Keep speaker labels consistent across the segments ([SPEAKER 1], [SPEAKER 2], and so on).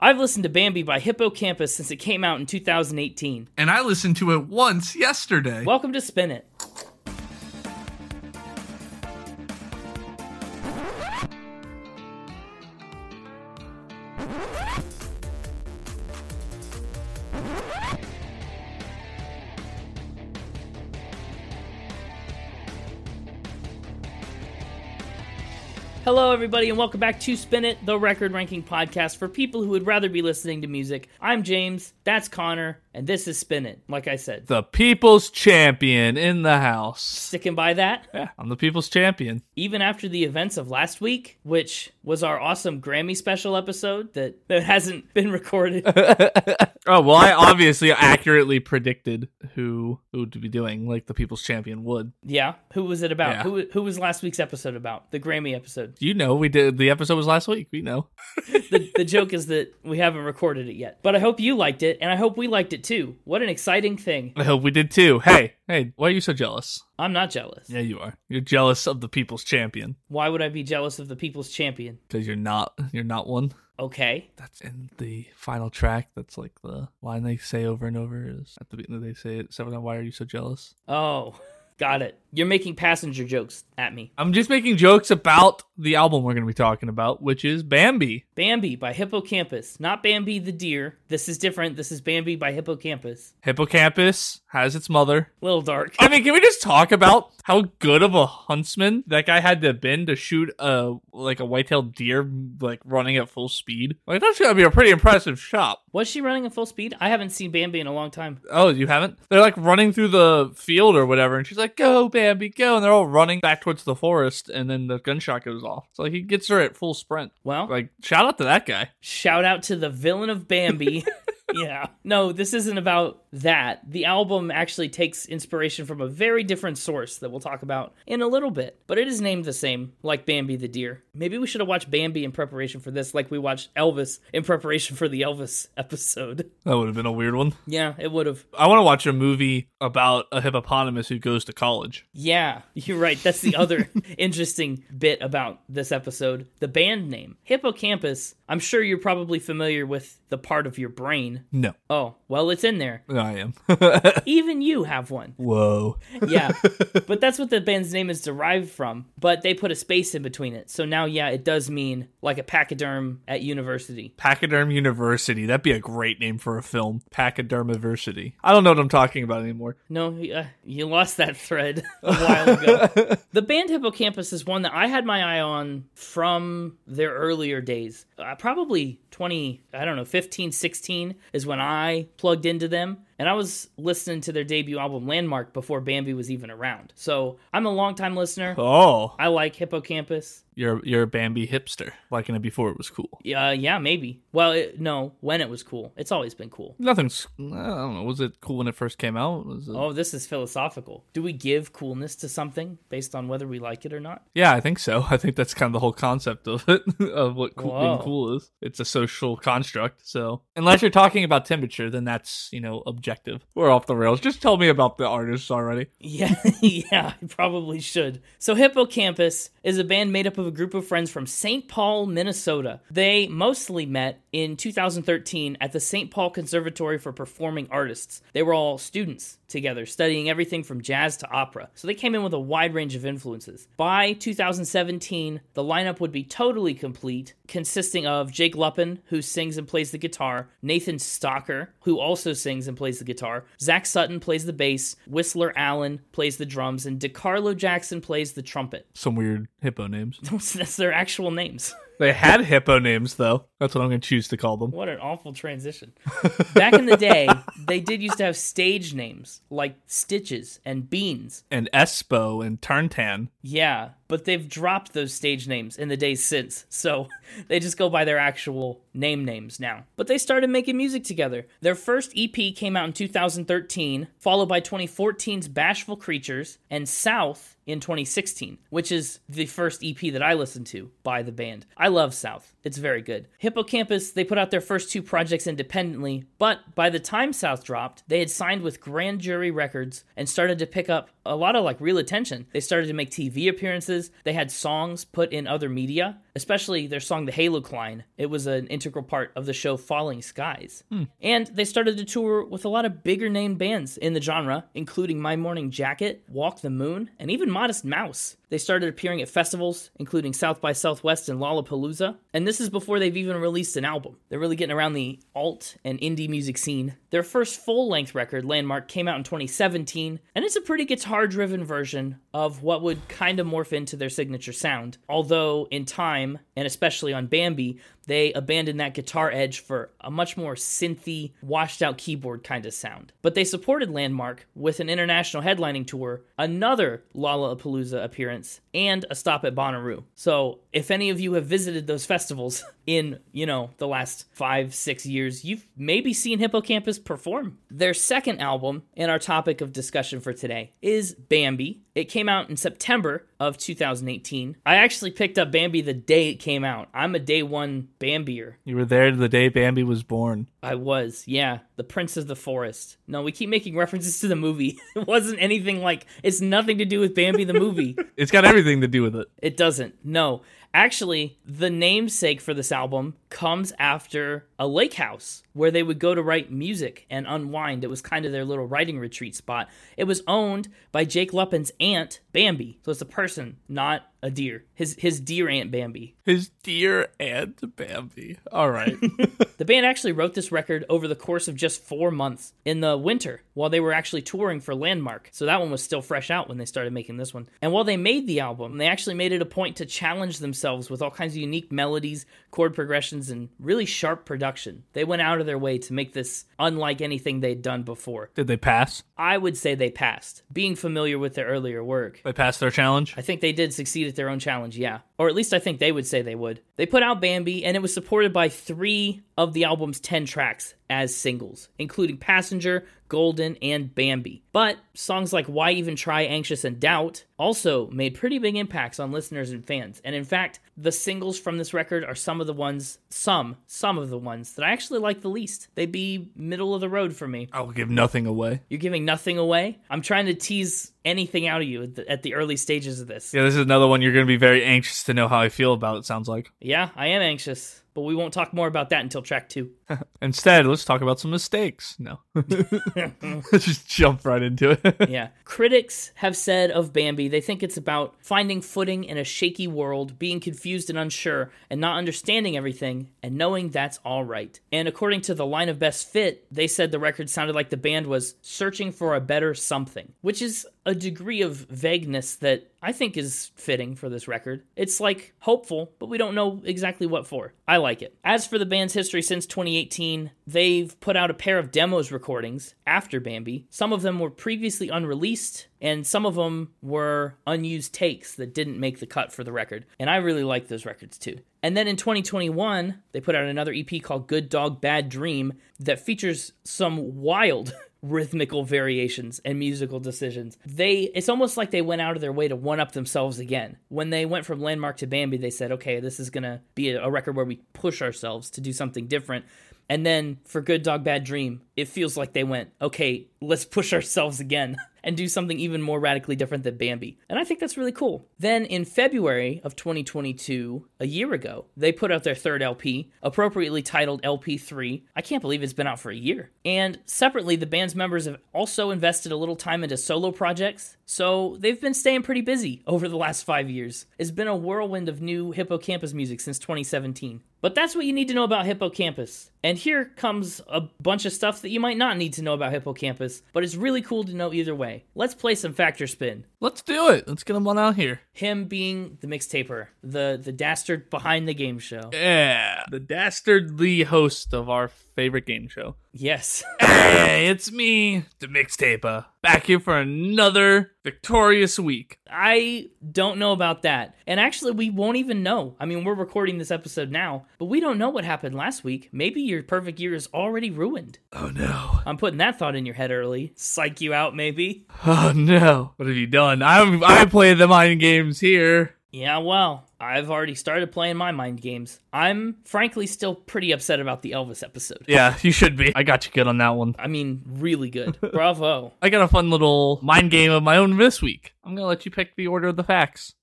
[SPEAKER 1] I've listened to Bambi by Hippocampus since it came out in 2018.
[SPEAKER 2] And I listened to it once yesterday.
[SPEAKER 1] Welcome to Spin It. Hello, everybody, and welcome back to Spin It, the record ranking podcast for people who would rather be listening to music. I'm James, that's Connor, and this is Spin It. Like I said,
[SPEAKER 2] the people's champion in the house.
[SPEAKER 1] sticking by that,
[SPEAKER 2] Yeah, I'm the people's champion.
[SPEAKER 1] even after the events of last week, which was our awesome Grammy special episode that, that hasn't been recorded.
[SPEAKER 2] Oh well, I obviously accurately predicted who who would be doing like the people's champion would.
[SPEAKER 1] yeah, who was it about?
[SPEAKER 2] Yeah.
[SPEAKER 1] Who who was last week's episode about? The Grammy episode.
[SPEAKER 2] You know, we did the episode was last week. We know.
[SPEAKER 1] The, the joke is that we haven't recorded it yet, but I hope you liked it, and I hope we liked it too. What an exciting thing!
[SPEAKER 2] I hope we did too. Hey, hey, why are you so jealous?
[SPEAKER 1] I'm not jealous.
[SPEAKER 2] Yeah, you are. You're jealous of the people's champion
[SPEAKER 1] Why would I be jealous of the People's Champion?
[SPEAKER 2] because you're not. You're not one.
[SPEAKER 1] Okay.
[SPEAKER 2] That's in the final track. That's like the line they say over and over. Is at the beginning they say it several times. Why are you so jealous?
[SPEAKER 1] Oh, got it. You're making passenger jokes at me.
[SPEAKER 2] I'm just making jokes about the album we're going to be talking about, which is Bambi.
[SPEAKER 1] Bambi by Hippocampus, not Bambi the deer. This is different. This is Bambi by Hippocampus.
[SPEAKER 2] Hippocampus has its mother.
[SPEAKER 1] Little dark.
[SPEAKER 2] I mean, can we just talk about how good of a huntsman that guy had to have been to shoot a like a white-tailed deer like running at full speed? Like that's got to be a pretty impressive shot.
[SPEAKER 1] Was she running at full speed? I haven't seen Bambi in a long time.
[SPEAKER 2] Oh, you haven't? They're like running through the field or whatever, and she's like, "Go, Bambi, go!" And they're all running back towards the forest, and then the gunshot goes off. So like he gets her at full sprint.
[SPEAKER 1] Well,
[SPEAKER 2] Like shout out to that guy.
[SPEAKER 1] shout out to the villain of Bambi. yeah. No, this isn't about that. The album actually takes inspiration from a very different source that we'll talk about in a little bit, but it is named the same, like Bambi the Deer. Maybe we should have watched Bambi in preparation for this, like we watched Elvis in preparation for the Elvis episode.
[SPEAKER 2] That would have been a weird one.
[SPEAKER 1] Yeah, it would have.
[SPEAKER 2] I want to watch a movie about a hippopotamus who goes to college.
[SPEAKER 1] Yeah, you're right. That's the other interesting bit about this episode. The band name, Hippocampus. I'm sure you're probably familiar with the part of your brain.
[SPEAKER 2] No,
[SPEAKER 1] Oh, well, it's in there.
[SPEAKER 2] I am.
[SPEAKER 1] Even you have one.
[SPEAKER 2] Whoa.
[SPEAKER 1] Yeah. but that's what the band's name is derived from. But they put a space in between it. So now, yeah, it does mean like a pachyderm at university.
[SPEAKER 2] Pachyderm University. That'd be a great name for a film. Pachydermiversity. I don't know what I'm talking about anymore.
[SPEAKER 1] No, uh, you lost that thread a while ago. the band Hippocampus is one that I had my eye on from their earlier days. Uh, probably 20, I don't know, 15, 16 is when I plugged into them. And I was listening to their debut album Landmark before Bambi was even around. So I'm a longtime listener.
[SPEAKER 2] Oh,
[SPEAKER 1] I like Hippocampus.
[SPEAKER 2] you're you're a Bambi hipster, liking it before it was cool.
[SPEAKER 1] Yeah, uh, yeah, maybe. Well, it, no, when it was cool. It's always been cool.
[SPEAKER 2] Nothing's. I don't know. Was it cool when it first came out? Was it...
[SPEAKER 1] Oh, this is philosophical. Do we give coolness to something based on whether we like it or not?
[SPEAKER 2] Yeah, I think so. I think that's kind of the whole concept of it, of what cool, being
[SPEAKER 1] Whoa.
[SPEAKER 2] cool is. It's a social construct. So unless you're talking about temperature, then that's you know objective. We're off the rails. Just tell me about the artists already.
[SPEAKER 1] Yeah, yeah, I probably should. So, Hippocampus is a band made up of a group of friends from St. Paul, Minnesota. They mostly met in 2013 at the St. Paul Conservatory for Performing Artists. They were all students together, studying everything from jazz to opera. So, they came in with a wide range of influences. By 2017, the lineup would be totally complete, consisting of Jake Luppin, who sings and plays the guitar, Nathan Stocker, who also sings and plays the guitar, Zach Sutton plays the bass, Whistler Allen plays the drums, and DiCarlo Jackson plays the trumpet.
[SPEAKER 2] Some weird hippo names.
[SPEAKER 1] That's their actual names.
[SPEAKER 2] They had hippo names though. That's what I'm gonna choose to call them.
[SPEAKER 1] What an awful transition. Back in the day, they did used to have stage names like Stitches and Beans.
[SPEAKER 2] And Espo and Turntan.
[SPEAKER 1] Yeah, but they've dropped those stage names in the days since, so they just go by their actual name names now. But they started making music together. Their first EP came out in 2013, followed by 2014's Bashful Creatures and South in 2016, which is the first EP that I listened to by the band. I love South, it's very good. Hippocampus, they put out their first two projects independently, but by the time South dropped, they had signed with Grand Jury Records and started to pick up a lot of like real attention. They started to make TV appearances, they had songs put in other media. especially their song The Halo Cline. It was an integral part of the show Falling Skies. And they started to tour with a lot of bigger name bands in the genre, including My Morning Jacket, Walk the Moon, and even Modest Mouse. They started appearing at festivals, including South by Southwest and Lollapalooza, and this is before they've even released an album. They're really getting around the alt and indie music scene. Their first full length record, Landmark, came out in 2017, and it's a pretty guitar driven version of what would kind of morph into their signature sound. Although, in time, and especially on Bambi, they abandoned that guitar edge for a much more synthy, washed out keyboard kind of sound. But they supported Landmark with an international headlining tour, another Lollapalooza appearance, and a stop at Bonnaroo. So if any of you have visited those festivals in, you know, the last five, six years, you've maybe seen Hippocampus perform. Their second album, and our topic of discussion for today, is Bambi. It came out in September of 2018. I actually picked up Bambi the day it came out. I'm a day one Bambier.
[SPEAKER 3] You were there the day Bambi was born.
[SPEAKER 1] I was, yeah. The Prince of the Forest. No, we keep making references to the movie. it wasn't anything like, it's nothing to do with Bambi the movie.
[SPEAKER 3] It's got everything to do with it.
[SPEAKER 1] It doesn't. No. Actually, the namesake for this album comes after a lake house where they would go to write music and unwind. It was kind of their little writing retreat spot. It was owned by Jake Luppin's aunt, Bambi. So it's a person, not a deer. His his deer aunt Bambi.
[SPEAKER 3] His dear aunt Bambi. All right.
[SPEAKER 1] The band actually wrote this record over the course of just four months in the winter while they were actually touring for Landmark. So that one was still fresh out when they started making this one. And while they made the album, they actually made it a point to challenge themselves with all kinds of unique melodies, chord progressions, and really sharp production. They went out of their way to make this unlike anything they'd done before.
[SPEAKER 3] Did they pass?
[SPEAKER 1] I would say they passed, being familiar with their earlier work.
[SPEAKER 3] They passed their challenge?
[SPEAKER 1] I think they did succeed at their own challenge, yeah. Or at least I think they would say they would. They put out Bambi, and it was supported by three of the album's 10 tracks as singles, including Passenger, Golden, and Bambi. But songs like Why Even Try, Anxious, and Doubt also made pretty big impacts on listeners and fans. And in fact, the singles from this record are some of the ones, some, some of the ones that I actually like the least. They'd be middle of the road for me.
[SPEAKER 3] I'll give nothing away.
[SPEAKER 1] You're giving nothing away. I'm trying to tease anything out of you at the, at the early stages of this.
[SPEAKER 3] Yeah, this is another one you're going to be very anxious to know how I feel about, it sounds like.
[SPEAKER 1] Yeah, I am anxious, but we won't talk more about that until track two.
[SPEAKER 3] Instead, let's talk about some mistakes. No. let's just jump right into it.
[SPEAKER 1] yeah. Critics have said of Bambi, they think it's about finding footing in a shaky world, being confused and unsure, and not understanding everything, and knowing that's all right. And according to the line of Best Fit, they said the record sounded like the band was searching for a better something, which is a degree of vagueness that I think is fitting for this record. It's like hopeful, but we don't know exactly what for. I like it. As for the band's history since 2018, they've put out a pair of demos recordings after Bambi. Some of them were previously unreleased, and some of them were unused takes that didn't make the cut for the record. And I really like those records too. And then in 2021, they put out another EP called Good Dog Bad Dream that features some wild rhythmical variations and musical decisions. They it's almost like they went out of their way to one up themselves again. When they went from Landmark to Bambi, they said, "Okay, this is going to be a a record where we push ourselves to do something different." And then for Good Dog Bad Dream, it feels like they went, "Okay, let's push ourselves again." and do something even more radically different than Bambi. And I think that's really cool. Then in February of 2022, a year ago, they put out their third LP, appropriately titled LP3. I can't believe it's been out for a year. And separately, the band's members have also invested a little time into solo projects, so they've been staying pretty busy over the last five years. It's been a whirlwind of new hippocampus music since 2017. But that's what you need to know about Hippocampus. And here comes a bunch of stuff that you might not need to know about Hippocampus, but it's really cool to know either way. Let's play some Factor Spin.
[SPEAKER 3] Let's do it. Let's get them on out here.
[SPEAKER 1] Him being the mixtaper, the the dastard behind the game show.
[SPEAKER 3] Yeah. The dastardly host of our favorite game show.
[SPEAKER 1] Yes.
[SPEAKER 3] Hey, it's me, the mixtaper, back here for another victorious week.
[SPEAKER 1] I don't know about that. And actually, we won't even know. I mean, we're recording this episode now, but we don't know what happened last week. Maybe your perfect year is already ruined.
[SPEAKER 3] Oh no.
[SPEAKER 1] I'm putting that thought in your head early. Psych you out, maybe.
[SPEAKER 3] Oh no. What have you done? I'm I play the mind games here.
[SPEAKER 1] Yeah, well, I've already started playing my mind games. I'm frankly still pretty upset about the Elvis episode.
[SPEAKER 3] Yeah, you should be. I got you good on that one.
[SPEAKER 1] I mean, really good. Bravo.
[SPEAKER 3] I got a fun little mind game of my own this week. I'm gonna let you pick the order of the facts.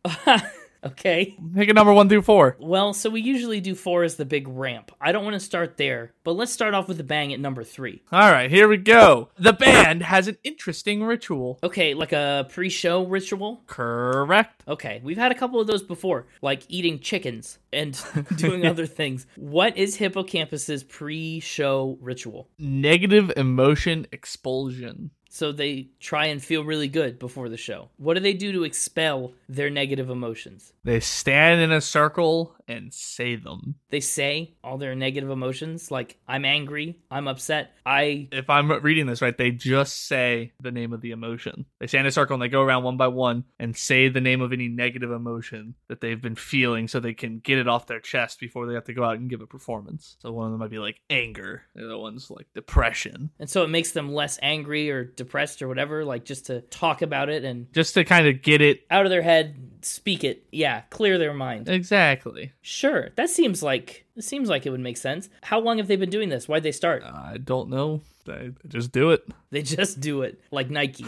[SPEAKER 1] Okay.
[SPEAKER 2] Pick a number one through four.
[SPEAKER 1] Well, so we usually do four as the big ramp. I don't want to start there, but let's start off with a bang at number three.
[SPEAKER 2] All right, here we go. The band has an interesting ritual.
[SPEAKER 1] Okay, like a pre show ritual?
[SPEAKER 2] Correct.
[SPEAKER 1] Okay, we've had a couple of those before, like eating chickens and doing other things. What is Hippocampus's pre show ritual?
[SPEAKER 2] Negative emotion expulsion.
[SPEAKER 1] So they try and feel really good before the show. What do they do to expel their negative emotions?
[SPEAKER 2] They stand in a circle and say them.
[SPEAKER 1] They say all their negative emotions, like, I'm angry, I'm upset, I.
[SPEAKER 2] If I'm reading this right, they just say the name of the emotion. They stand in a circle and they go around one by one and say the name of any negative emotion that they've been feeling so they can get it off their chest before they have to go out and give a performance. So one of them might be like anger, the other one's like depression.
[SPEAKER 1] And so it makes them less angry or depressed or whatever, like just to talk about it and
[SPEAKER 2] Just to kind of get it
[SPEAKER 1] out of their head, speak it. Yeah, clear their mind.
[SPEAKER 2] exactly.
[SPEAKER 1] Sure, that seems like. It seems like it would make sense. How long have they been doing this? Why'd they start?
[SPEAKER 2] I don't know. They just do it.
[SPEAKER 1] They just do it like Nike.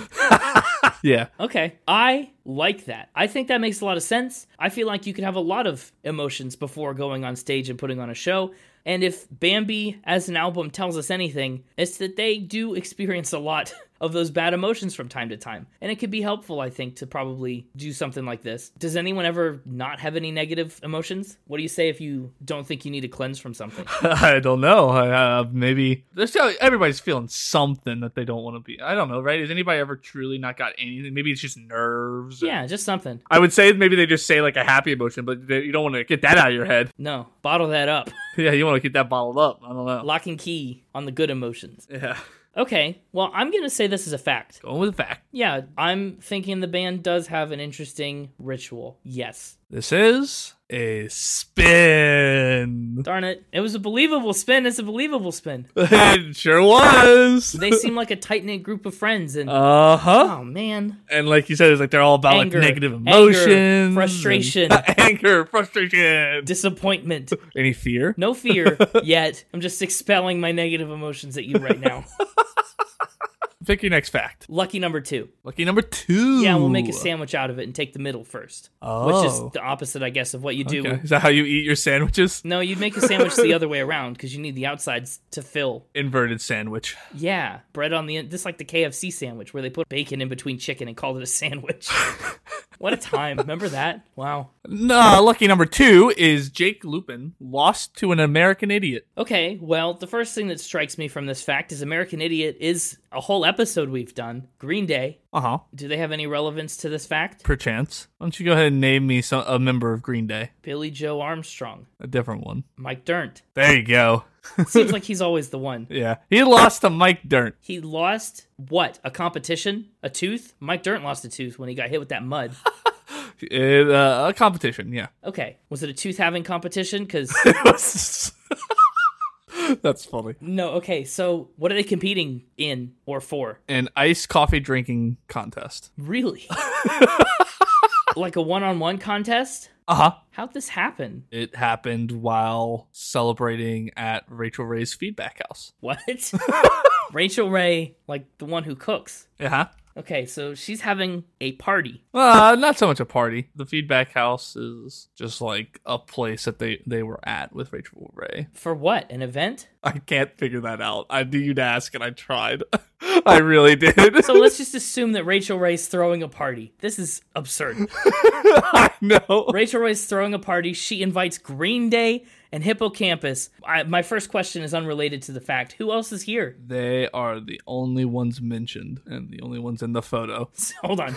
[SPEAKER 2] Yeah.
[SPEAKER 1] Okay. I like that. I think that makes a lot of sense. I feel like you can have a lot of emotions before going on stage and putting on a show. And if Bambi as an album tells us anything, it's that they do experience a lot of those bad emotions from time to time. And it could be helpful, I think, to probably do something like this. Does anyone ever not have any negative emotions? What do you say if you don't think you need to cleanse from something?
[SPEAKER 2] I don't know. I, uh, maybe there's probably- everybody's feeling something that they don't want to be. I don't know, right? Has anybody ever truly not got anything? Maybe it's just nerves. or-
[SPEAKER 1] yeah, just something.
[SPEAKER 2] I would say maybe they just say like a happy emotion, but they, you don't want to get that out of your head.
[SPEAKER 1] No, bottle that up.
[SPEAKER 2] Yeah, you want to keep that bottled up. I don't know.
[SPEAKER 1] Lock and key on the good emotions.
[SPEAKER 2] Yeah,
[SPEAKER 1] Okay, well, I'm going to say this is a fact.
[SPEAKER 2] going with the fact.
[SPEAKER 1] Yeah, I'm thinking the band does have an interesting ritual. Yes.
[SPEAKER 2] This is a spin.
[SPEAKER 1] Darn it. It was a believable spin. It's a believable spin.
[SPEAKER 2] it sure was.
[SPEAKER 1] They seem like a tight knit group of friends. And
[SPEAKER 2] Uh huh.
[SPEAKER 1] oh, man.
[SPEAKER 2] And like you said, it's like they're all about
[SPEAKER 1] Anger,
[SPEAKER 2] like negative
[SPEAKER 1] anger,
[SPEAKER 2] emotions, and-
[SPEAKER 1] frustration.
[SPEAKER 2] anger, frustration,
[SPEAKER 1] Disappointment.
[SPEAKER 2] any fear.
[SPEAKER 1] No fear yet. I'm just expelling my negative emotions at you right now.
[SPEAKER 2] Pick your next fact.
[SPEAKER 1] Lucky number two.
[SPEAKER 2] Lucky number two.
[SPEAKER 1] Yeah, we'll make a sandwich out of it and take the middle first, which is
[SPEAKER 2] Oh.
[SPEAKER 1] the opposite, I guess, of what you do.
[SPEAKER 2] Okay. Is that how you eat your sandwiches?
[SPEAKER 1] No, you'd make a sandwich the other way around because you need the outsides to fill
[SPEAKER 2] Inverted sandwich.
[SPEAKER 1] Yeah, bread on the end. This is like the KFC sandwich where they put bacon in between chicken and called it a sandwich. what a time. Remember that? Wow.
[SPEAKER 2] Nah, lucky number two is Jake Lupin lost to an American idiot.
[SPEAKER 1] Okay, well, the first thing that strikes me from this fact is American Idiot is a whole episode we've done. Green Day.
[SPEAKER 2] Uh huh.
[SPEAKER 1] Do they have any relevance to this fact?
[SPEAKER 2] Perchance. Why don't you go ahead and name me some, a member of Green Day?
[SPEAKER 1] Billy Joe Armstrong,
[SPEAKER 2] A different one.
[SPEAKER 1] Mike Dirnt.
[SPEAKER 2] There you go.
[SPEAKER 1] Seems like he's always the one.
[SPEAKER 2] Yeah. He lost to Mike Dirnt.
[SPEAKER 1] He lost what? A competition? A tooth? Mike Dirnt lost a tooth when he got hit with that mud.
[SPEAKER 2] It, uh, a competition, yeah.
[SPEAKER 1] Okay, was it a tooth having competition? Because
[SPEAKER 2] That's funny.
[SPEAKER 1] No, okay, so what are they competing in or for?
[SPEAKER 2] An iced coffee drinking contest.
[SPEAKER 1] Really? like a one on one contest?
[SPEAKER 2] Uh huh.
[SPEAKER 1] How'd this happen?
[SPEAKER 2] It happened while celebrating at Rachel Ray's feedback house.
[SPEAKER 1] What? Rachel Ray, like the one who cooks.
[SPEAKER 2] Uh huh.
[SPEAKER 1] Okay, so she's having a party.
[SPEAKER 2] Uh, not so much a party. The feedback house is just like a place that they they were at with Rachel Ray.
[SPEAKER 1] For what? An event?
[SPEAKER 2] I can't figure that out. I knew you'd ask, and I tried. I really did.
[SPEAKER 1] So let's just assume that Rachel Ray's throwing a party. This is absurd.
[SPEAKER 2] I know.
[SPEAKER 1] Rachel Ray's throwing a party. She invites Green Day and Hippocampus. I, my first question is unrelated to the fact who else is here?
[SPEAKER 2] They are the only ones mentioned, and the only ones in the photo.
[SPEAKER 1] Hold on.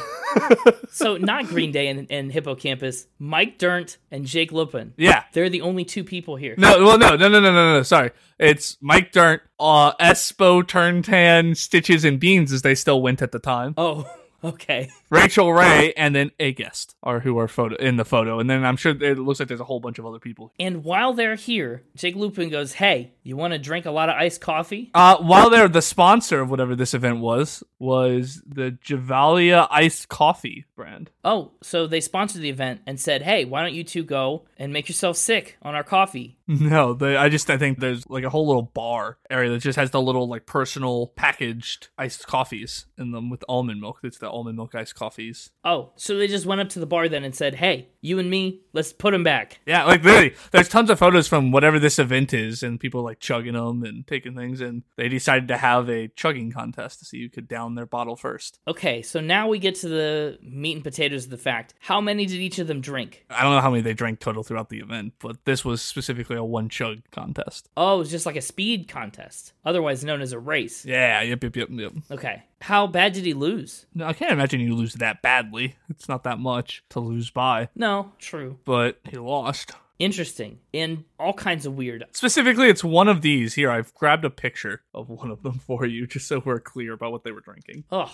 [SPEAKER 1] so not Green Day and, and Hippocampus, Mike Dirnt and Jake Lupin.
[SPEAKER 2] Yeah.
[SPEAKER 1] They're the only two people here.
[SPEAKER 2] No. Well, no, no, no, no, no, no. Sorry. It's Mike Dirnt, uh, Espo, Turn Tan, Stitches, and Beans, as they still went at the time.
[SPEAKER 1] Oh, okay.
[SPEAKER 2] Rachel Ray, and then a guest are who are photo in the photo, and then I'm sure it looks like there's a whole bunch of other people.
[SPEAKER 1] And while they're here, Jake Lupin goes, "Hey, you want to drink a lot of iced coffee?"
[SPEAKER 2] Uh, while there, the sponsor of whatever this event was was the Javalia Iced Coffee brand.
[SPEAKER 1] Oh, so they sponsored the event and said, "Hey, why don't you two go and make yourself sick on our coffee?"
[SPEAKER 2] No, they, I just I think there's like a whole little bar area that just has the little like personal packaged iced coffees in them with almond milk. It's the almond milk iced coffees.
[SPEAKER 1] Oh, so they just went up to the bar then and said, "Hey, you and me, let's put him back."
[SPEAKER 2] Yeah, like literally, there's tons of photos from whatever this event is, and people like chugging them and taking things, and they decided to have a chugging contest to see who could down their bottle first.
[SPEAKER 1] Okay, so now we get to the meat and potatoes of the fact. How many did each of them drink?
[SPEAKER 2] I don't know how many they drank total throughout the event, but this was specifically a one chug contest.
[SPEAKER 1] Oh, it was just like a speed contest, otherwise known as a race.
[SPEAKER 2] Yeah, yep, yep, yep, yep.
[SPEAKER 1] Okay. How bad did he lose?
[SPEAKER 2] No, I can't imagine you lose that badly. It's not that much to lose by,
[SPEAKER 1] No, true.
[SPEAKER 2] but he lost.
[SPEAKER 1] Interesting. And all kinds of weird.
[SPEAKER 2] Specifically, it's one of these. Here, I've grabbed a picture of one of them for you, just so we're clear about what they were drinking.
[SPEAKER 1] Ugh.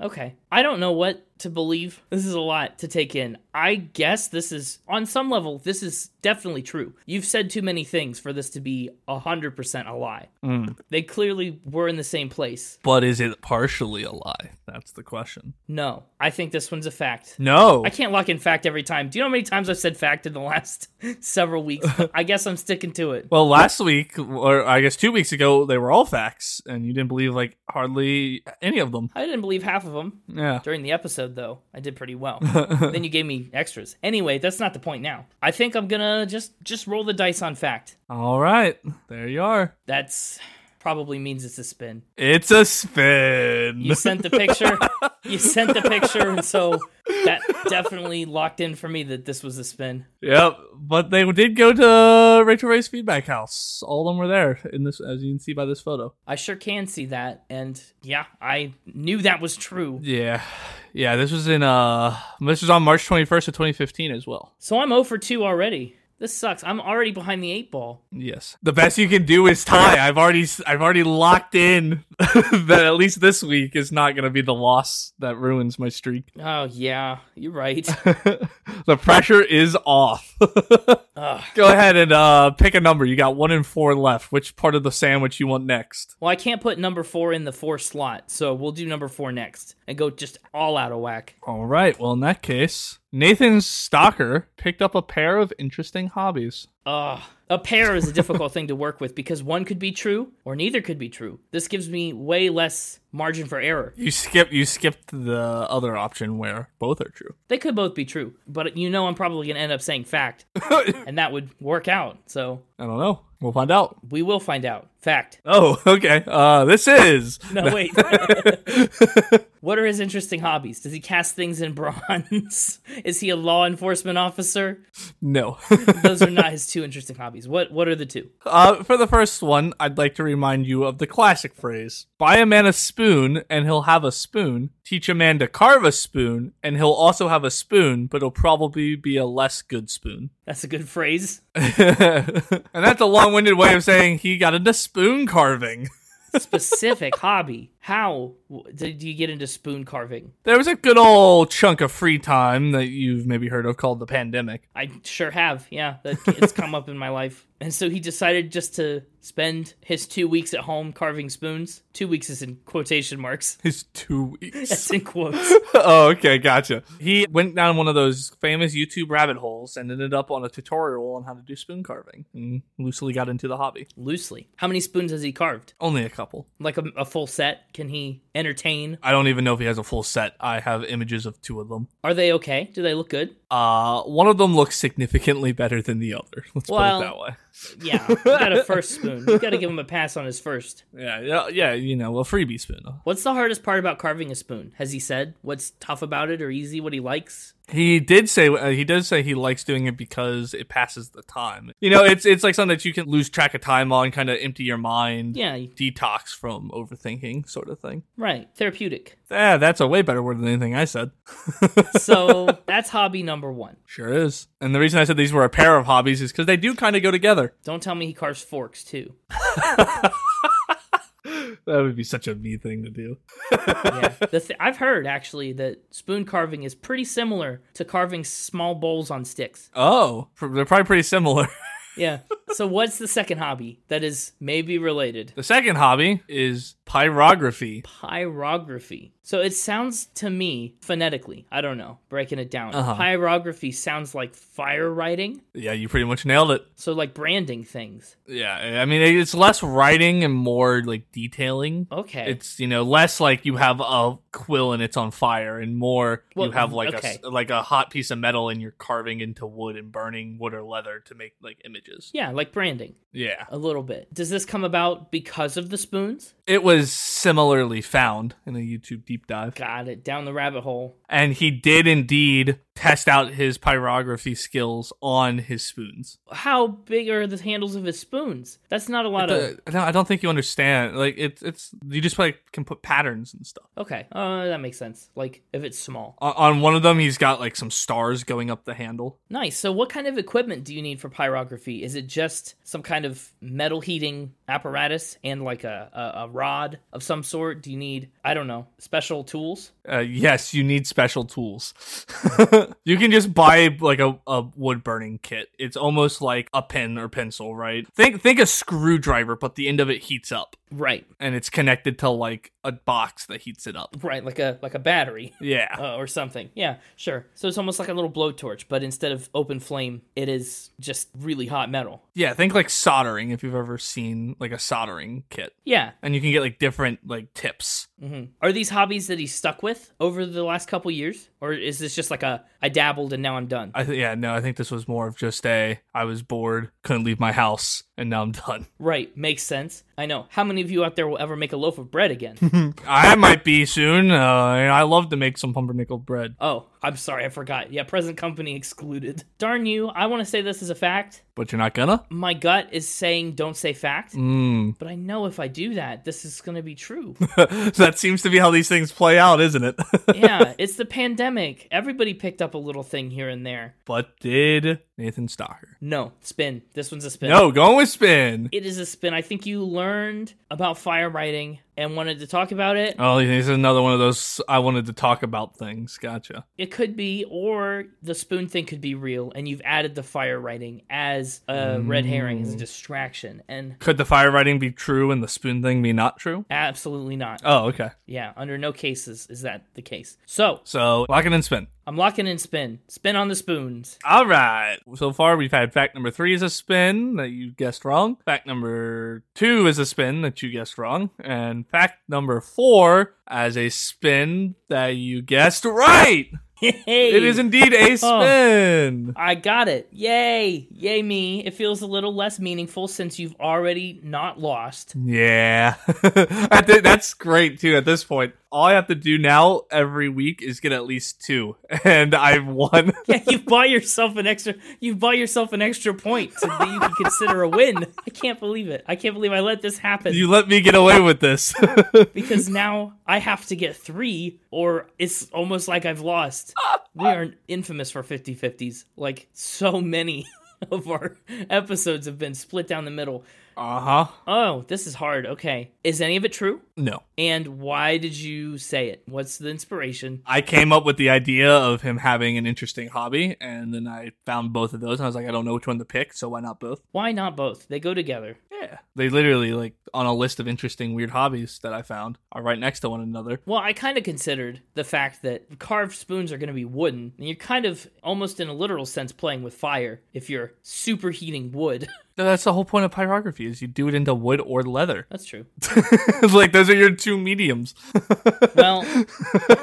[SPEAKER 1] Okay. I don't know what to believe. This is a lot to take in. I guess this is, on some level, this is definitely true. You've said too many things for this to be 100% a lie. They clearly were in the same place.
[SPEAKER 2] But is it partially a lie? That's the question.
[SPEAKER 1] No, I think this one's a fact.
[SPEAKER 2] No.
[SPEAKER 1] I can't lock in fact every time. Do you know how many times I've said fact in the last several weeks? I guess I'm sticking to it.
[SPEAKER 2] Well, last week, or I guess two weeks ago, they were all facts, and you didn't believe like hardly any of them.
[SPEAKER 1] I didn't believe half of them.
[SPEAKER 2] Yeah.
[SPEAKER 1] During the episode, though, I did pretty well. then you gave me extras. Anyway, that's not the point now. I think I'm gonna just just roll the dice on fact.
[SPEAKER 2] All right. There you are.
[SPEAKER 1] That's probably means it's a spin.
[SPEAKER 2] It's a spin.
[SPEAKER 1] You sent the picture. you sent the picture, and so that definitely locked in for me that this was a spin.
[SPEAKER 2] yep. But they did go to Rachel Ray's feedback house. All of them were there in this, as you can see by this photo.
[SPEAKER 1] I sure can see that, and yeah, I knew that was true.
[SPEAKER 2] Yeah. Yeah. This was in uh. This was on March 21st of 2015 as well.
[SPEAKER 1] So I'm 0 for 2 already. This sucks. I'm already behind the eight ball.
[SPEAKER 2] Yes. The best you can do is tie. I've already I've already locked in that at least this week is not going to be the loss that ruins my streak.
[SPEAKER 1] Oh yeah, you're right.
[SPEAKER 2] the pressure is off.
[SPEAKER 1] Ugh.
[SPEAKER 2] Go ahead and uh, pick a number. You got one and four left. Which part of the sandwich you want next?
[SPEAKER 1] Well, I can't put number four in the four slot, so we'll do number four next and go just all out of whack.
[SPEAKER 2] All right. Well, in that case, Nathan Stocker picked up a pair of interesting hobbies.
[SPEAKER 1] Ugh. A pair is a difficult thing to work with because one could be true or neither could be true. This gives me way less margin for error.
[SPEAKER 2] You skip. You skipped the other option where both are true.
[SPEAKER 1] They could both be true, but you know I'm probably going to end up saying fact, and that would work out. So
[SPEAKER 2] I don't know. We'll find out.
[SPEAKER 1] we will find out. Fact.
[SPEAKER 2] Oh, okay. Uh, this is
[SPEAKER 1] No, wait. what are his interesting hobbies? Does he cast things in bronze? is he a law enforcement officer?
[SPEAKER 2] no.
[SPEAKER 1] Those are not his two interesting hobbies. What What are the two?
[SPEAKER 2] Uh, for the first one, I'd like to remind you of the classic phrase buy a man a spoon and he'll have a spoon. Teach a man to carve a spoon and he'll also have a spoon, but it'll probably be a less good spoon.
[SPEAKER 1] That's a good phrase.
[SPEAKER 2] and that's a long winded way of saying he got into spoon carving.
[SPEAKER 1] Specific hobby. How w- did you get into spoon carving?
[SPEAKER 2] There was a good old chunk of free time that you've maybe heard of called the pandemic.
[SPEAKER 1] I sure have. Yeah, that, it's come up in my life. And so he decided just to spend his two weeks at home carving spoons. Two weeks is in quotation marks.
[SPEAKER 2] His two weeks.
[SPEAKER 1] It's in quotes.
[SPEAKER 2] oh, okay, gotcha. He went down one of those famous YouTube rabbit holes and ended up on a tutorial on how to do spoon carving and loosely got into the hobby.
[SPEAKER 1] Loosely. How many spoons has he carved?
[SPEAKER 2] Only a couple.
[SPEAKER 1] Like a, a full set? Can he entertain?
[SPEAKER 2] I don't even know if he has a full set. I have images of two of them.
[SPEAKER 1] Are they okay? Do they look good?
[SPEAKER 2] Uh, one of them looks significantly better than the other. Let's
[SPEAKER 1] Well-
[SPEAKER 2] put it that way.
[SPEAKER 1] Yeah. You got a first spoon. You got to give him a pass on his first.
[SPEAKER 2] Yeah, yeah, yeah, you know, a freebie spoon.
[SPEAKER 1] What's the hardest part about carving a spoon? Has he said what's tough about it or easy, what he likes?
[SPEAKER 2] He did say uh, he does say he likes doing it because it passes the time. You know, it's it's like something that you can lose track of time on, kind of empty your mind,
[SPEAKER 1] Yeah, you-
[SPEAKER 2] detox from overthinking, sort of thing.
[SPEAKER 1] right. Therapeutic.
[SPEAKER 2] Yeah, that's a way better word than anything I said.
[SPEAKER 1] So that's hobby number one.
[SPEAKER 2] Sure is. And the reason I said these were a pair of hobbies is because they do kind of go together.
[SPEAKER 1] Don't tell me he carves forks too.
[SPEAKER 2] That would be such a me thing to do.
[SPEAKER 1] Yeah. the th- I've heard actually that spoon carving is pretty similar to carving small bowls on sticks.
[SPEAKER 2] Oh, pr- they're probably pretty similar.
[SPEAKER 1] Yeah. so what's the second hobby that is maybe related?
[SPEAKER 2] The second hobby is pyrography.
[SPEAKER 1] Pyrography. So it sounds to me phonetically. I don't know. Breaking it down,
[SPEAKER 2] Uh-huh.
[SPEAKER 1] pyrography sounds like fire writing.
[SPEAKER 2] Yeah, you pretty much nailed it.
[SPEAKER 1] So like branding things.
[SPEAKER 2] Yeah, I mean it's less writing and more like detailing.
[SPEAKER 1] Okay.
[SPEAKER 2] It's you know less like you have a quill and it's on fire, and more
[SPEAKER 1] Well,
[SPEAKER 2] you have like
[SPEAKER 1] okay.
[SPEAKER 2] a s- like a hot piece of metal and you're carving into wood and burning wood or leather to make like images.
[SPEAKER 1] yeah, like branding
[SPEAKER 2] Yeah,
[SPEAKER 1] a little bit. Does this come about because of the spoons?
[SPEAKER 2] it was similarly found in a YouTube deep dive,
[SPEAKER 1] Got it. Down the rabbit hole.
[SPEAKER 2] and he did indeed test out his pyrography skills on his spoons.
[SPEAKER 1] How big are the handles of his spoons? That's not a lot of.
[SPEAKER 2] Uh, no, I don't think you understand. Like it's it's you just like can put patterns and stuff.
[SPEAKER 1] Okay. Uh, that makes sense. Like if it's small.
[SPEAKER 2] On- On one of them, he's got like some stars going up the handle.
[SPEAKER 1] Nice. So, what kind of equipment do you need for pyrography? Is it just some kind of metal heating apparatus and like a, a, a rod of some sort? Do you need, I don't know, special tools?
[SPEAKER 2] Uh, yes, you need special tools. you can just buy like a, a wood burning kit. It's almost like a pen or pencil, right? Think think a screwdriver, but the end of it heats up,
[SPEAKER 1] Right.
[SPEAKER 2] and it's connected to like a box that heats it up.
[SPEAKER 1] Right. Like a like a battery
[SPEAKER 2] Yeah,
[SPEAKER 1] uh, or something. Yeah. Sure. So it's almost like a little blowtorch, but instead of open flame, it is just really hot metal.
[SPEAKER 2] yeah. Think like soldering if you've ever seen like a soldering kit,
[SPEAKER 1] Yeah.
[SPEAKER 2] and you can get like different like tips.
[SPEAKER 1] hmm Are these hobbies that he's stuck with over the last couple years, or is this just like a I dabbled and now I'm done?
[SPEAKER 2] I th- yeah, no, I think this was more of just a I was bored, couldn't leave my house, and now I'm done.
[SPEAKER 1] Right. Makes sense. I know. How many of you out there will ever make a loaf of bread again?
[SPEAKER 2] I might be soon. Uh, I love to make some pumpernickel bread,
[SPEAKER 1] Oh, I'm sorry, I forgot. Yeah, present company excluded. Darn you, I want to say this as a fact.
[SPEAKER 2] but you're not gonna.
[SPEAKER 1] My gut is saying don't say fact,
[SPEAKER 2] Mm.
[SPEAKER 1] but I know if I do that, this is going to be true.
[SPEAKER 2] that seems to be how these things play out, isn't it?
[SPEAKER 1] yeah, it's the pandemic. Everybody picked up a little thing here and there.
[SPEAKER 2] but did Nathan Stocker?
[SPEAKER 1] No, spin. This one's a spin.
[SPEAKER 2] No, going with spin.
[SPEAKER 1] It is a spin. I think you learned about fire writing and wanted to talk about it.
[SPEAKER 2] Oh, this is another one of those I wanted to talk about things. Gotcha.
[SPEAKER 1] It could be, or the spoon thing could be real, and you've added the fire writing as a red herring,
[SPEAKER 2] Mm.
[SPEAKER 1] as a distraction. And
[SPEAKER 2] Could the fire writing be true and the spoon thing be not true?
[SPEAKER 1] absolutely not.
[SPEAKER 2] Oh, okay.
[SPEAKER 1] Yeah, under no cases is that the case. So
[SPEAKER 2] So locking in spin.
[SPEAKER 1] I'm locking in spin. Spin on the spoons.
[SPEAKER 2] All right. So far, we've had fact number three is a spin that you guessed wrong. Fact number two is a spin that you guessed wrong. And fact number four as a spin that you guessed right. It is indeed a spin.
[SPEAKER 1] I got it. Yay. Yay me. It feels a little less meaningful since you've already not lost.
[SPEAKER 2] Yeah. I think that's great, too, at this point. All I have to do now every week is get at least two. And I've won.
[SPEAKER 1] Yeah, you buy yourself an extra you buy yourself an extra point so that you can consider a win. I can't believe it. I can't believe I let this happen.
[SPEAKER 2] you let me get away with this.
[SPEAKER 1] because now I have to get three, or it's almost like I've lost. We are infamous for 50 50s. Like, so many of our episodes have been split down the middle.
[SPEAKER 2] uh huh.
[SPEAKER 1] Oh, this is hard. Okay. Is any of it true?
[SPEAKER 2] No.
[SPEAKER 1] And why did you say it? What's the inspiration?
[SPEAKER 2] I came up with the idea of him having an interesting hobby, and then I found both of those, and I was like, I don't know which one to pick, so why not both?
[SPEAKER 1] Why not both? They go together.
[SPEAKER 2] Yeah, they literally like on a list of interesting weird hobbies that I found are right next to one another.
[SPEAKER 1] Well, I kind of considered the fact that carved spoons are going to be wooden, and you're kind of almost in a literal sense playing with fire if you're superheating wood.
[SPEAKER 2] No, That's the whole point of pyrography is you do it into wood or leather.
[SPEAKER 1] That's true.
[SPEAKER 2] like those are your two mediums.
[SPEAKER 1] Well,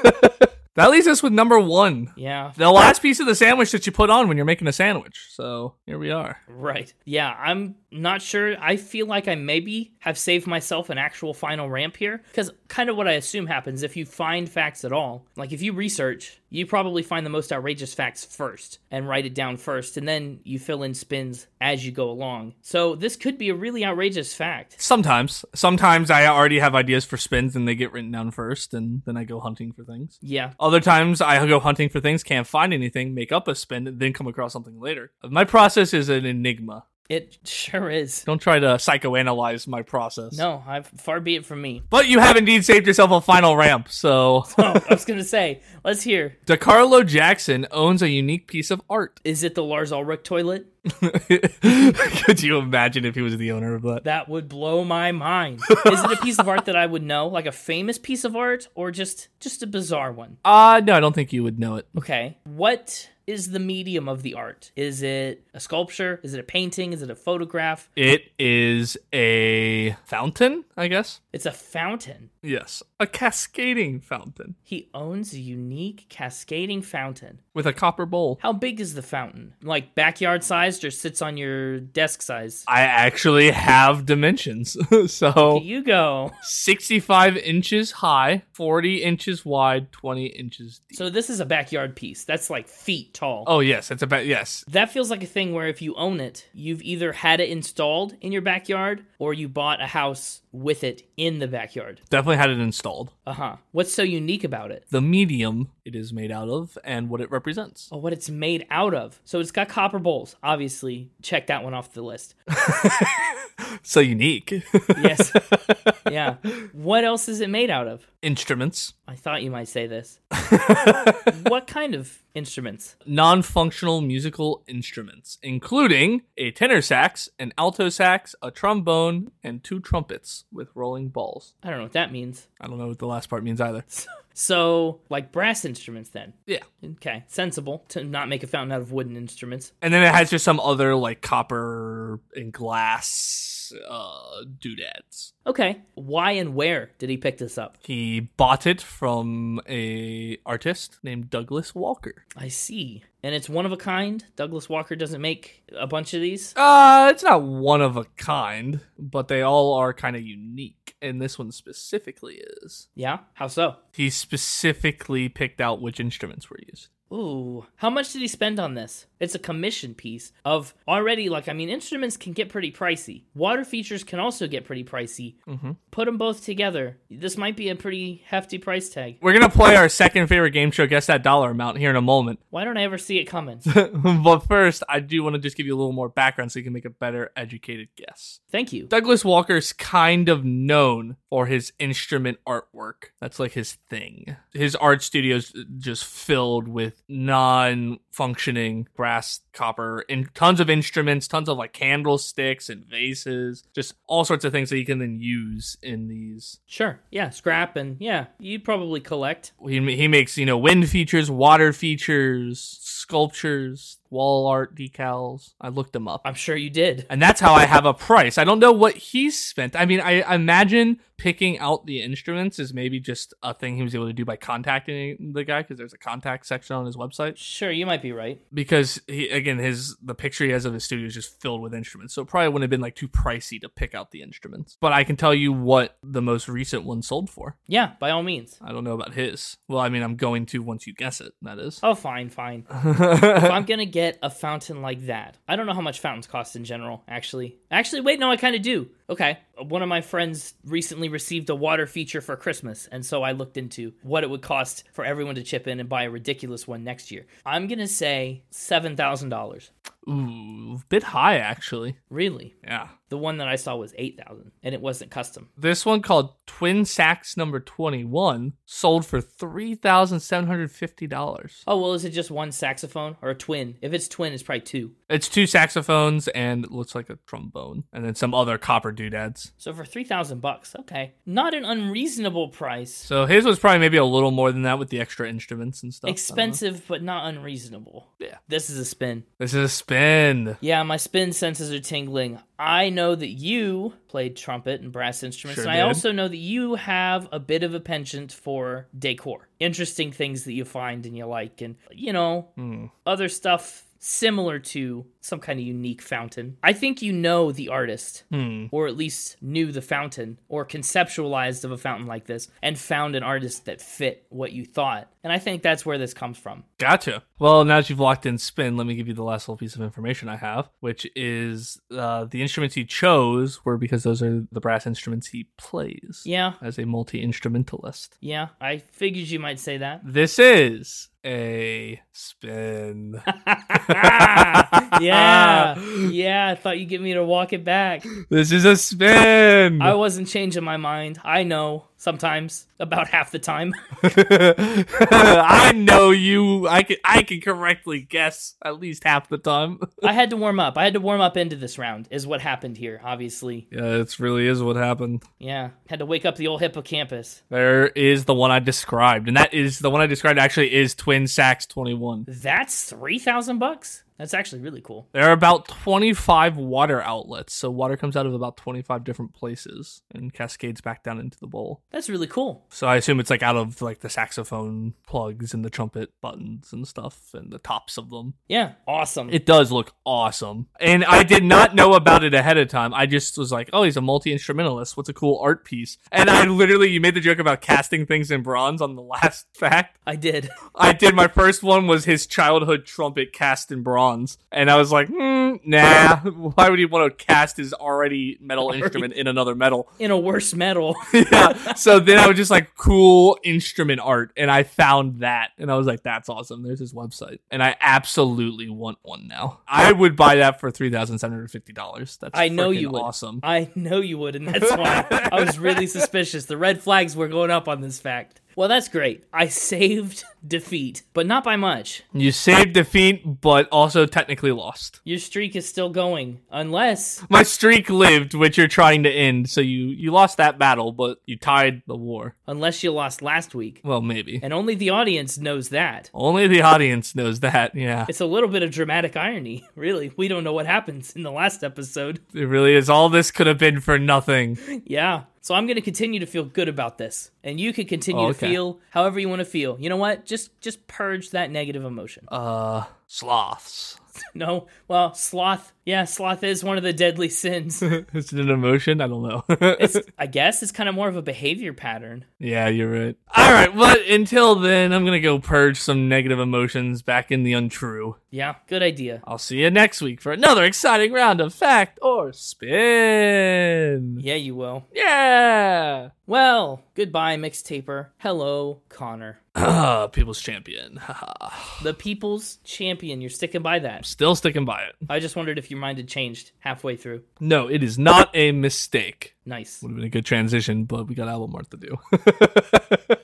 [SPEAKER 2] That leaves us with number one.
[SPEAKER 1] yeah.
[SPEAKER 2] The last piece of the sandwich that you put on when you're making a sandwich. So here we are.
[SPEAKER 1] Right. Yeah, I'm not sure. I feel like I maybe have saved myself an actual final ramp here because kind of what I assume happens if you find facts at all, like if you research, you probably find the most outrageous facts first and write it down first, and then you fill in spins as you go along. So this could be a really outrageous fact.
[SPEAKER 2] Sometimes, sometimes I already have ideas for spins and they get written down first, and then I go hunting for things.
[SPEAKER 1] Yeah.
[SPEAKER 2] Other times I go hunting for things, can't find anything, make up a spin, and then come across something later. My process is an enigma.
[SPEAKER 1] It sure is.
[SPEAKER 2] Don't try to psychoanalyze my process.
[SPEAKER 1] No, I've, far be it from me.
[SPEAKER 2] But you have indeed saved yourself a final ramp. So,
[SPEAKER 1] Oh, I was going to say, let's hear.
[SPEAKER 2] DeCarlo Jackson owns a unique piece of art.
[SPEAKER 1] Is it the Lars Ulrich toilet?
[SPEAKER 2] Could you imagine if he was the owner of that?
[SPEAKER 1] That would blow my mind. Is it a piece of art that I would know, like a famous piece of art, or just just a bizarre one?
[SPEAKER 2] Uh no, I don't think you would know it.
[SPEAKER 1] Okay. What is the medium of the art? Is it a sculpture? Is it a painting? Is it a photograph?
[SPEAKER 2] It is a fountain, I guess.
[SPEAKER 1] It's a fountain.
[SPEAKER 2] Yes, a cascading fountain
[SPEAKER 1] He owns a unique cascading fountain.
[SPEAKER 2] with a copper bowl.
[SPEAKER 1] How big is the fountain? Like backyard sized or sits on your desk size?
[SPEAKER 2] I actually have dimensions.
[SPEAKER 1] Here
[SPEAKER 2] so
[SPEAKER 1] you go.
[SPEAKER 2] 65 inches high, 40 inches wide, 20 inches deep.
[SPEAKER 1] So this is a backyard piece. That's like feet tall.
[SPEAKER 2] Oh yes, it's about yes.
[SPEAKER 1] That feels like a thing where if you own it, you've either had it installed in your backyard or you bought a house with it in the backyard.
[SPEAKER 2] Definitely had it installed.
[SPEAKER 1] Uh huh. What's so unique about it?
[SPEAKER 2] The medium it is made out of and what it represents.
[SPEAKER 1] Oh, what it's made out of. So it's got copper bowls. Obviously, check that one off the list.
[SPEAKER 2] So unique.
[SPEAKER 1] Yes. yeah. What else is it made out of?
[SPEAKER 2] Instruments,
[SPEAKER 1] I thought you might say this. what kind of instruments?
[SPEAKER 2] non-functional musical instruments, including a tenor sax, an alto sax, a trombone, and two trumpets with rolling balls.
[SPEAKER 1] I don't know what that means.
[SPEAKER 2] I don't know what the last part means either.
[SPEAKER 1] So, like brass instruments, then.
[SPEAKER 2] Yeah.
[SPEAKER 1] Okay. Sensible to not make a fountain out of wooden instruments.
[SPEAKER 2] And then it has just some other like copper and glass uh doodads.
[SPEAKER 1] Okay. Why and where did he pick this up?
[SPEAKER 2] He bought it from a artist named Douglas Walker.
[SPEAKER 1] I see. And it's one of a kind. Douglas Walker doesn't make a bunch of these.
[SPEAKER 2] Uh it's not one of a kind, but they all are kind of unique, and this one specifically is.
[SPEAKER 1] Yeah? How so?
[SPEAKER 2] He specifically picked out which instruments were used.
[SPEAKER 1] Ooh. How much did he spend on this? It's a commission piece of already, like, I mean, instruments can get pretty pricey. Water features can also get pretty pricey. Mm-hmm. Put them both together. This might be a pretty hefty price tag.
[SPEAKER 2] We're gonna play our second favorite game show, guess that dollar amount, here in a moment.
[SPEAKER 1] Why don't I ever see it coming?
[SPEAKER 2] but first, I do want to just give you a little more background so you can make a better educated guess.
[SPEAKER 1] Thank you.
[SPEAKER 2] Douglas Walker's kind of known for his instrument artwork. That's like his thing. His art studio's just filled with non-functioning brass, copper, and tons of instruments, tons of like candlesticks and vases, just all sorts of things that he can then use in these.
[SPEAKER 1] Sure. Yeah. Scrap and yeah, you'd probably collect.
[SPEAKER 2] He he makes you know wind features, water features, sculptures, wall art decals. I looked them up.
[SPEAKER 1] I'm sure you did.
[SPEAKER 2] And that's how I have a price. I don't know what he spent. I mean, I I imagine picking out the instruments is maybe just a thing he was able to do by contacting the guy because there's a contact section on his website.
[SPEAKER 1] Sure, you might be right.
[SPEAKER 2] Because he again, his the picture he has of his studio is just filled with instruments, so it probably wouldn't have been like too pricey to pick out the instruments. But I can tell you what the most recent one sold for.
[SPEAKER 1] Yeah, by all means.
[SPEAKER 2] I don't know about his. Well, I mean, I'm going to once you guess it. That is.
[SPEAKER 1] Oh, fine, fine. if I'm gonna get a fountain like that, I don't know how much fountains cost in general. Actually, actually, wait, no, I kind of do. Okay, one of my friends recently received a water feature for Christmas, and so I looked into what it would cost for everyone to chip in and buy a ridiculous one next year. I'm gonna say seven thousand dollars.
[SPEAKER 2] Ooh, bit high actually.
[SPEAKER 1] Really,
[SPEAKER 2] Yeah.
[SPEAKER 1] the one that I saw was eight thousand, and it wasn't custom.
[SPEAKER 2] This one called Twin Sacks number 21 sold for $3,750.
[SPEAKER 1] Oh well, is it just one saxophone or a twin? If it's twin, it's probably two.
[SPEAKER 2] It's two saxophones and it looks like a trombone and then some other copper doodads.
[SPEAKER 1] So for three thousand bucks, okay, not an unreasonable price.
[SPEAKER 2] So his was probably maybe a little more than that with the extra instruments and stuff. I don't know.
[SPEAKER 1] Expensive, but not unreasonable.
[SPEAKER 2] Yeah.
[SPEAKER 1] This is a spin.
[SPEAKER 2] This is a spin.
[SPEAKER 1] Yeah, my spin senses are tingling. I know that you played trumpet and brass instruments,
[SPEAKER 2] Sure
[SPEAKER 1] and I
[SPEAKER 2] did.
[SPEAKER 1] also know that you have a bit of a penchant for decor, interesting things that you find and you like, and, you know,
[SPEAKER 2] Hmm.
[SPEAKER 1] other stuff similar to some kind of unique fountain. I think you know the artist,
[SPEAKER 2] Hmm.
[SPEAKER 1] or at least knew the fountain, or conceptualized of a fountain like this, and found an artist that fit what you thought. And I think that's where this comes from.
[SPEAKER 2] Gotcha. Well, now that you've locked in spin, let me give you the last little piece of information I have, which is uh, the instruments he chose were because those are the brass instruments he plays
[SPEAKER 1] Yeah,
[SPEAKER 2] as a multi instrumentalist.
[SPEAKER 1] yeah, I figured you might say that.
[SPEAKER 2] This is a spin.
[SPEAKER 1] Ah, yeah, yeah. I thought you'd get me to walk it back.
[SPEAKER 2] This is a spin.
[SPEAKER 1] I wasn't changing my mind. I know sometimes, about half the time.
[SPEAKER 2] I know you. I can I can correctly guess at least half the time.
[SPEAKER 1] I had to warm up. I had to warm up into this round, is what happened here, obviously.
[SPEAKER 2] Yeah, it's really is what happened.
[SPEAKER 1] Yeah. Had to wake up the old hippocampus.
[SPEAKER 2] There is the one I described, and that is the one I described. Actually, is Twin Sacks Twenty One.
[SPEAKER 1] That's 3,000 bucks? That's actually really cool.
[SPEAKER 2] There are about 25 water outlets, so water comes out of about 25 different places and cascades back down into the bowl.
[SPEAKER 1] That's really cool.
[SPEAKER 2] So I assume it's like out of like the saxophone plugs and the trumpet buttons and stuff and the tops of them.
[SPEAKER 1] Yeah. Awesome.
[SPEAKER 2] It does look awesome. And I did not know about it ahead of time. I just was like, oh, he's a multi instrumentalist. What's a cool art piece? And I literally, you made the joke about casting things in bronze on the last fact.
[SPEAKER 1] I did.
[SPEAKER 2] I did. My first one was his childhood trumpet cast in bronze. And I was like, mm, nah, why would he want to cast his already metal instrument in another metal?
[SPEAKER 1] In a worse metal.
[SPEAKER 2] yeah. So then I was just like, cool instrument art. And I found that. And I was like, that's awesome. There's his website. And I absolutely want one now. I would buy that for $3,750. That's
[SPEAKER 1] I know
[SPEAKER 2] freaking
[SPEAKER 1] you would.
[SPEAKER 2] awesome.
[SPEAKER 1] I know you would, and that's why I was really suspicious. The red flags were going up on this fact. Well, that's great. I saved defeat, but not by much.
[SPEAKER 2] You saved defeat, but also technically lost.
[SPEAKER 1] Your streak is still going, unless
[SPEAKER 2] My streak lived, which you're trying to end. So you, you lost that battle, but you tied the war.
[SPEAKER 1] unless you lost last week.
[SPEAKER 2] Well, maybe.
[SPEAKER 1] And only the audience knows that.
[SPEAKER 2] Only the audience knows that. Yeah.
[SPEAKER 1] It's a little bit of dramatic irony, really. We don't know what happens in the last episode.
[SPEAKER 2] It really is. All this could have been for nothing.
[SPEAKER 1] Yeah. So I'm going to continue to feel good about this, and you can continue
[SPEAKER 2] Oh,
[SPEAKER 1] to
[SPEAKER 2] okay.
[SPEAKER 1] feel however you want to feel. You know what? Just just purge that negative emotion.
[SPEAKER 2] Uh, sloths.
[SPEAKER 1] no, well, sloth. Yeah, sloth is one of the deadly sins.
[SPEAKER 2] Is it an emotion? I don't know.
[SPEAKER 1] It's, I guess it's kind of more of a behavior pattern.
[SPEAKER 2] yeah, you're right. All right, but until then, I'm gonna go purge some negative emotions back in the untrue.
[SPEAKER 1] Yeah, good idea.
[SPEAKER 2] I'll see you next week for another exciting round of fact or spin.
[SPEAKER 1] Yeah, you will.
[SPEAKER 2] Yeah.
[SPEAKER 1] Well, goodbye, mixtaper. Hello, Connor.
[SPEAKER 2] Ah, people's champion.
[SPEAKER 1] The people's champion. You're sticking by that.
[SPEAKER 2] Still sticking by it.
[SPEAKER 1] I just wondered if your mind had changed halfway through.
[SPEAKER 2] No, it is not a mistake.
[SPEAKER 1] Nice.
[SPEAKER 2] Would have been a good transition, but we got album art to do.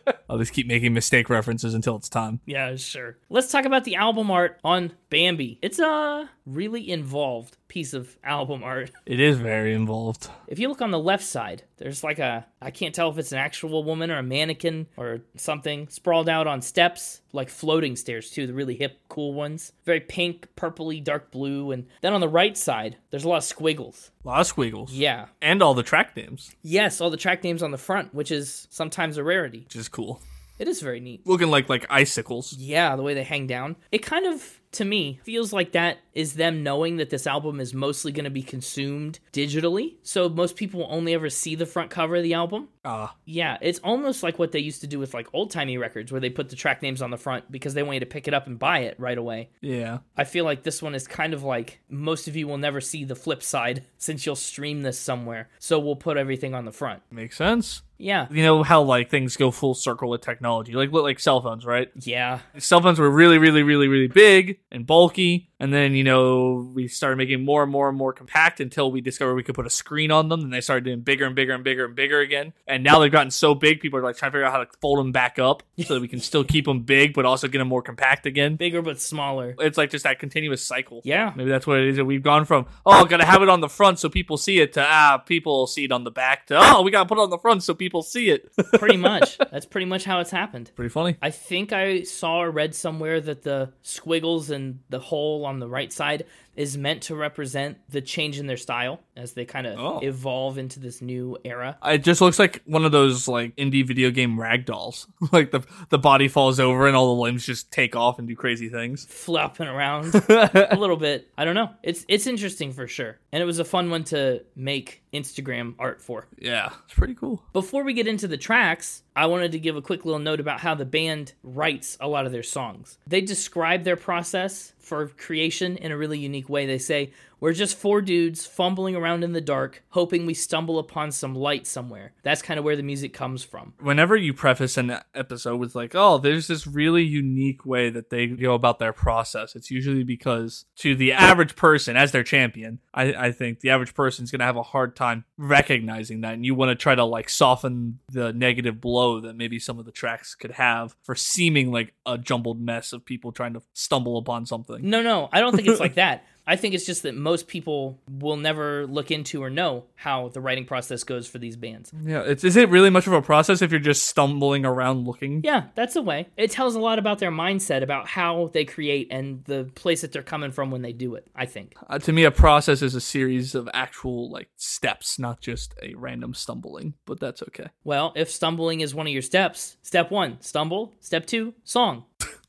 [SPEAKER 2] I'll just keep making mistake references until it's time.
[SPEAKER 1] Yeah, sure. Let's talk about the album art on Bambi. It's a really involved piece of album art.
[SPEAKER 2] It is very involved.
[SPEAKER 1] If you look on the left side, there's like a I can't tell if it's an actual woman or a mannequin or something sprawled out on steps, like floating stairs too, the really hip cool ones. Very pink, purpley, dark blue, and then on the right side, there's a lot of squiggles.
[SPEAKER 2] A lot of squiggles.
[SPEAKER 1] Yeah.
[SPEAKER 2] And all the track names,
[SPEAKER 1] Yes, all the track names on the front, which is sometimes a rarity.
[SPEAKER 2] which is cool.
[SPEAKER 1] It is very neat.
[SPEAKER 2] Looking like like icicles.
[SPEAKER 1] Yeah, the way they hang down. It kind of, to me, feels like that is them knowing that this album is mostly going to be consumed digitally. So most people will only ever see the front cover of the album.
[SPEAKER 2] Ah,
[SPEAKER 1] Yeah, it's almost like what they used to do with like old timey records where they put the track names on the front because they want you to pick it up and buy it right away.
[SPEAKER 2] yeah.
[SPEAKER 1] I feel like this one is kind of like most of you will never see the flip side since you'll stream this somewhere. So we'll put everything on the front.
[SPEAKER 2] Makes sense.
[SPEAKER 1] Yeah.
[SPEAKER 2] You know how like things go full circle with technology. Like look like cell phones, right?
[SPEAKER 1] Yeah.
[SPEAKER 2] Cell phones were really really really really big and bulky, and then you know we started making more and more and more compact until we discovered we could put a screen on them, and they started doing bigger and bigger and bigger and bigger again. And now they've gotten so big people are like trying to figure out how to fold them back up so that we can still keep them big but also get them more compact again.
[SPEAKER 1] Bigger but smaller.
[SPEAKER 2] It's like just that continuous cycle.
[SPEAKER 1] Yeah.
[SPEAKER 2] Maybe that's what it is. that We've gone from oh, gotta have it on the front so people see it to ah, people see it on the back to oh, we gotta put it on the front so people see it.
[SPEAKER 1] Pretty much. That's pretty much how it's happened.
[SPEAKER 2] Pretty funny.
[SPEAKER 1] I think I saw or read somewhere that the squiggles and the hole on the right side is meant to represent the change in their style as they kind of
[SPEAKER 2] Oh.
[SPEAKER 1] evolve into this new era.
[SPEAKER 2] It just looks like one of those like indie video game ragdolls. like the the body falls over and all the limbs just take off and do crazy things.
[SPEAKER 1] flopping around a little bit. I don't know. It's it's interesting for sure. And it was a fun one to make Instagram art for.
[SPEAKER 2] Yeah, it's pretty cool.
[SPEAKER 1] Before we get into the tracks, I wanted to give a quick little note about how the band writes a lot of their songs. They describe their process for creation in a really unique way. They say, We're just four dudes fumbling around in the dark, hoping we stumble upon some light somewhere. That's kind of where the music comes from.
[SPEAKER 2] whenever you preface an episode with like oh there's this really unique way that they go about their process it's usually because to the average person as their champion i, I think the average person's going to have a hard time recognizing that and you want to try to like soften the negative blow that maybe some of the tracks could have for seeming like a jumbled mess of people trying to stumble upon something
[SPEAKER 1] No, no, I don't think it's like that. I think it's just that most people will never look into or know how the writing process goes for these bands.
[SPEAKER 2] yeah it's, is it really much of a process if you're just stumbling around looking
[SPEAKER 1] Yeah, that's a way. It tells a lot about their mindset, about how they create and the place that they're coming from when they do it, I think.
[SPEAKER 2] uh, to me a process is a series of actual like steps not just a random stumbling but that's okay
[SPEAKER 1] Well, if stumbling is one of your steps, step one, stumble. Step two, song.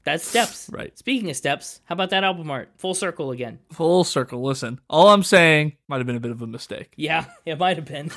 [SPEAKER 1] That's steps.
[SPEAKER 2] Right.
[SPEAKER 1] Speaking of steps, how about that album art? Full circle again.
[SPEAKER 2] full circle listen all i'm saying might have been a bit of a mistake
[SPEAKER 1] Yeah, it might have been.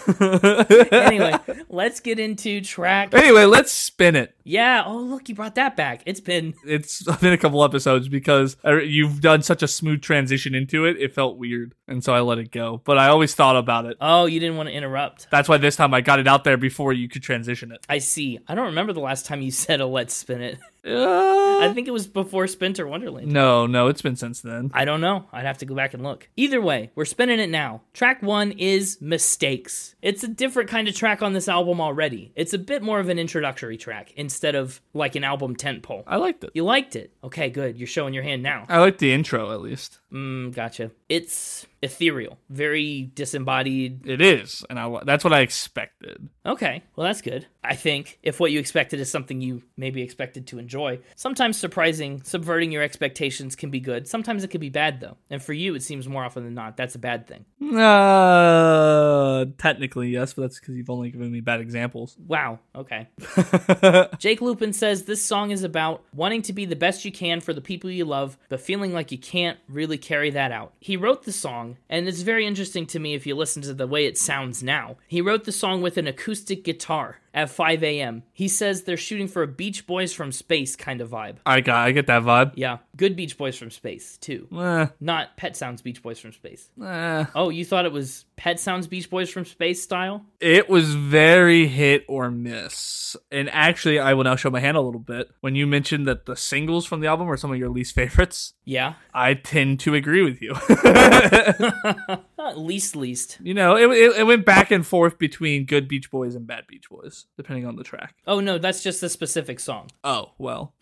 [SPEAKER 2] anyway
[SPEAKER 1] anyway, let's get into track.
[SPEAKER 2] let's spin it
[SPEAKER 1] Yeah, oh, look, you brought that back. It's been.
[SPEAKER 2] it's been a couple episodes because uh, you've done such a smooth transition into it it felt weird and so i let it go but i always thought about it Uh,
[SPEAKER 1] Oh, you didn't want to interrupt.
[SPEAKER 2] that's why this time i got it out there before you could transition it
[SPEAKER 1] I see. I don't remember the last time you said a let's spin it.
[SPEAKER 2] Uh,
[SPEAKER 1] I think it was before Spinter Wonderland.
[SPEAKER 2] no no it's been since then
[SPEAKER 1] I don't know. I'd have to go back and look. Either way, we're spinning it now. Track one is Mistakes. It's a different kind of track on this album already. It's a bit more of an introductory track instead of like an album tentpole.
[SPEAKER 2] i liked it
[SPEAKER 1] You liked it. Okay, good. You're showing your hand now.
[SPEAKER 2] i liked the intro at least
[SPEAKER 1] Mm, gotcha. It's ethereal, very disembodied.
[SPEAKER 2] it is and I, that's what i expected
[SPEAKER 1] Okay, well, that's good. I think if what you expected is something you maybe expected to enjoy, sometimes surprising, subverting your expectations can be good. Sometimes it can be bad, though. And for you, it seems more often than not that's a bad thing.
[SPEAKER 2] Uh, technically, yes, but that's because you've only given me bad examples.
[SPEAKER 1] Wow, okay. Jake Lupin says this song is about wanting to be the best you can for the people you love, but feeling like you can't really carry that out. He wrote the song, and it's very interesting to me if you listen to the way it sounds now. He wrote the song with an acoustic guitar at 5 a.m. He says they're shooting for a Beach Boys from Space kind of vibe.
[SPEAKER 2] I got, I get that vibe.
[SPEAKER 1] Yeah, good Beach Boys from Space, too.
[SPEAKER 2] Eh,
[SPEAKER 1] Not Pet Sounds Beach Boys from Space.
[SPEAKER 2] eh.
[SPEAKER 1] Oh, you thought it was Pet Sounds Beach Boys from Space style?
[SPEAKER 2] It was very hit or miss. And actually, I will now show my hand a little bit. When you mentioned that the singles from the album are some of your least favorites,
[SPEAKER 1] Yeah.
[SPEAKER 2] I tend to agree with you.
[SPEAKER 1] Not least, least.
[SPEAKER 2] you know, it, it, it went back and forth between good Beach Boys and bad Beach Boys, depending on the track.
[SPEAKER 1] Oh, no, that's just a specific song.
[SPEAKER 2] Oh, well.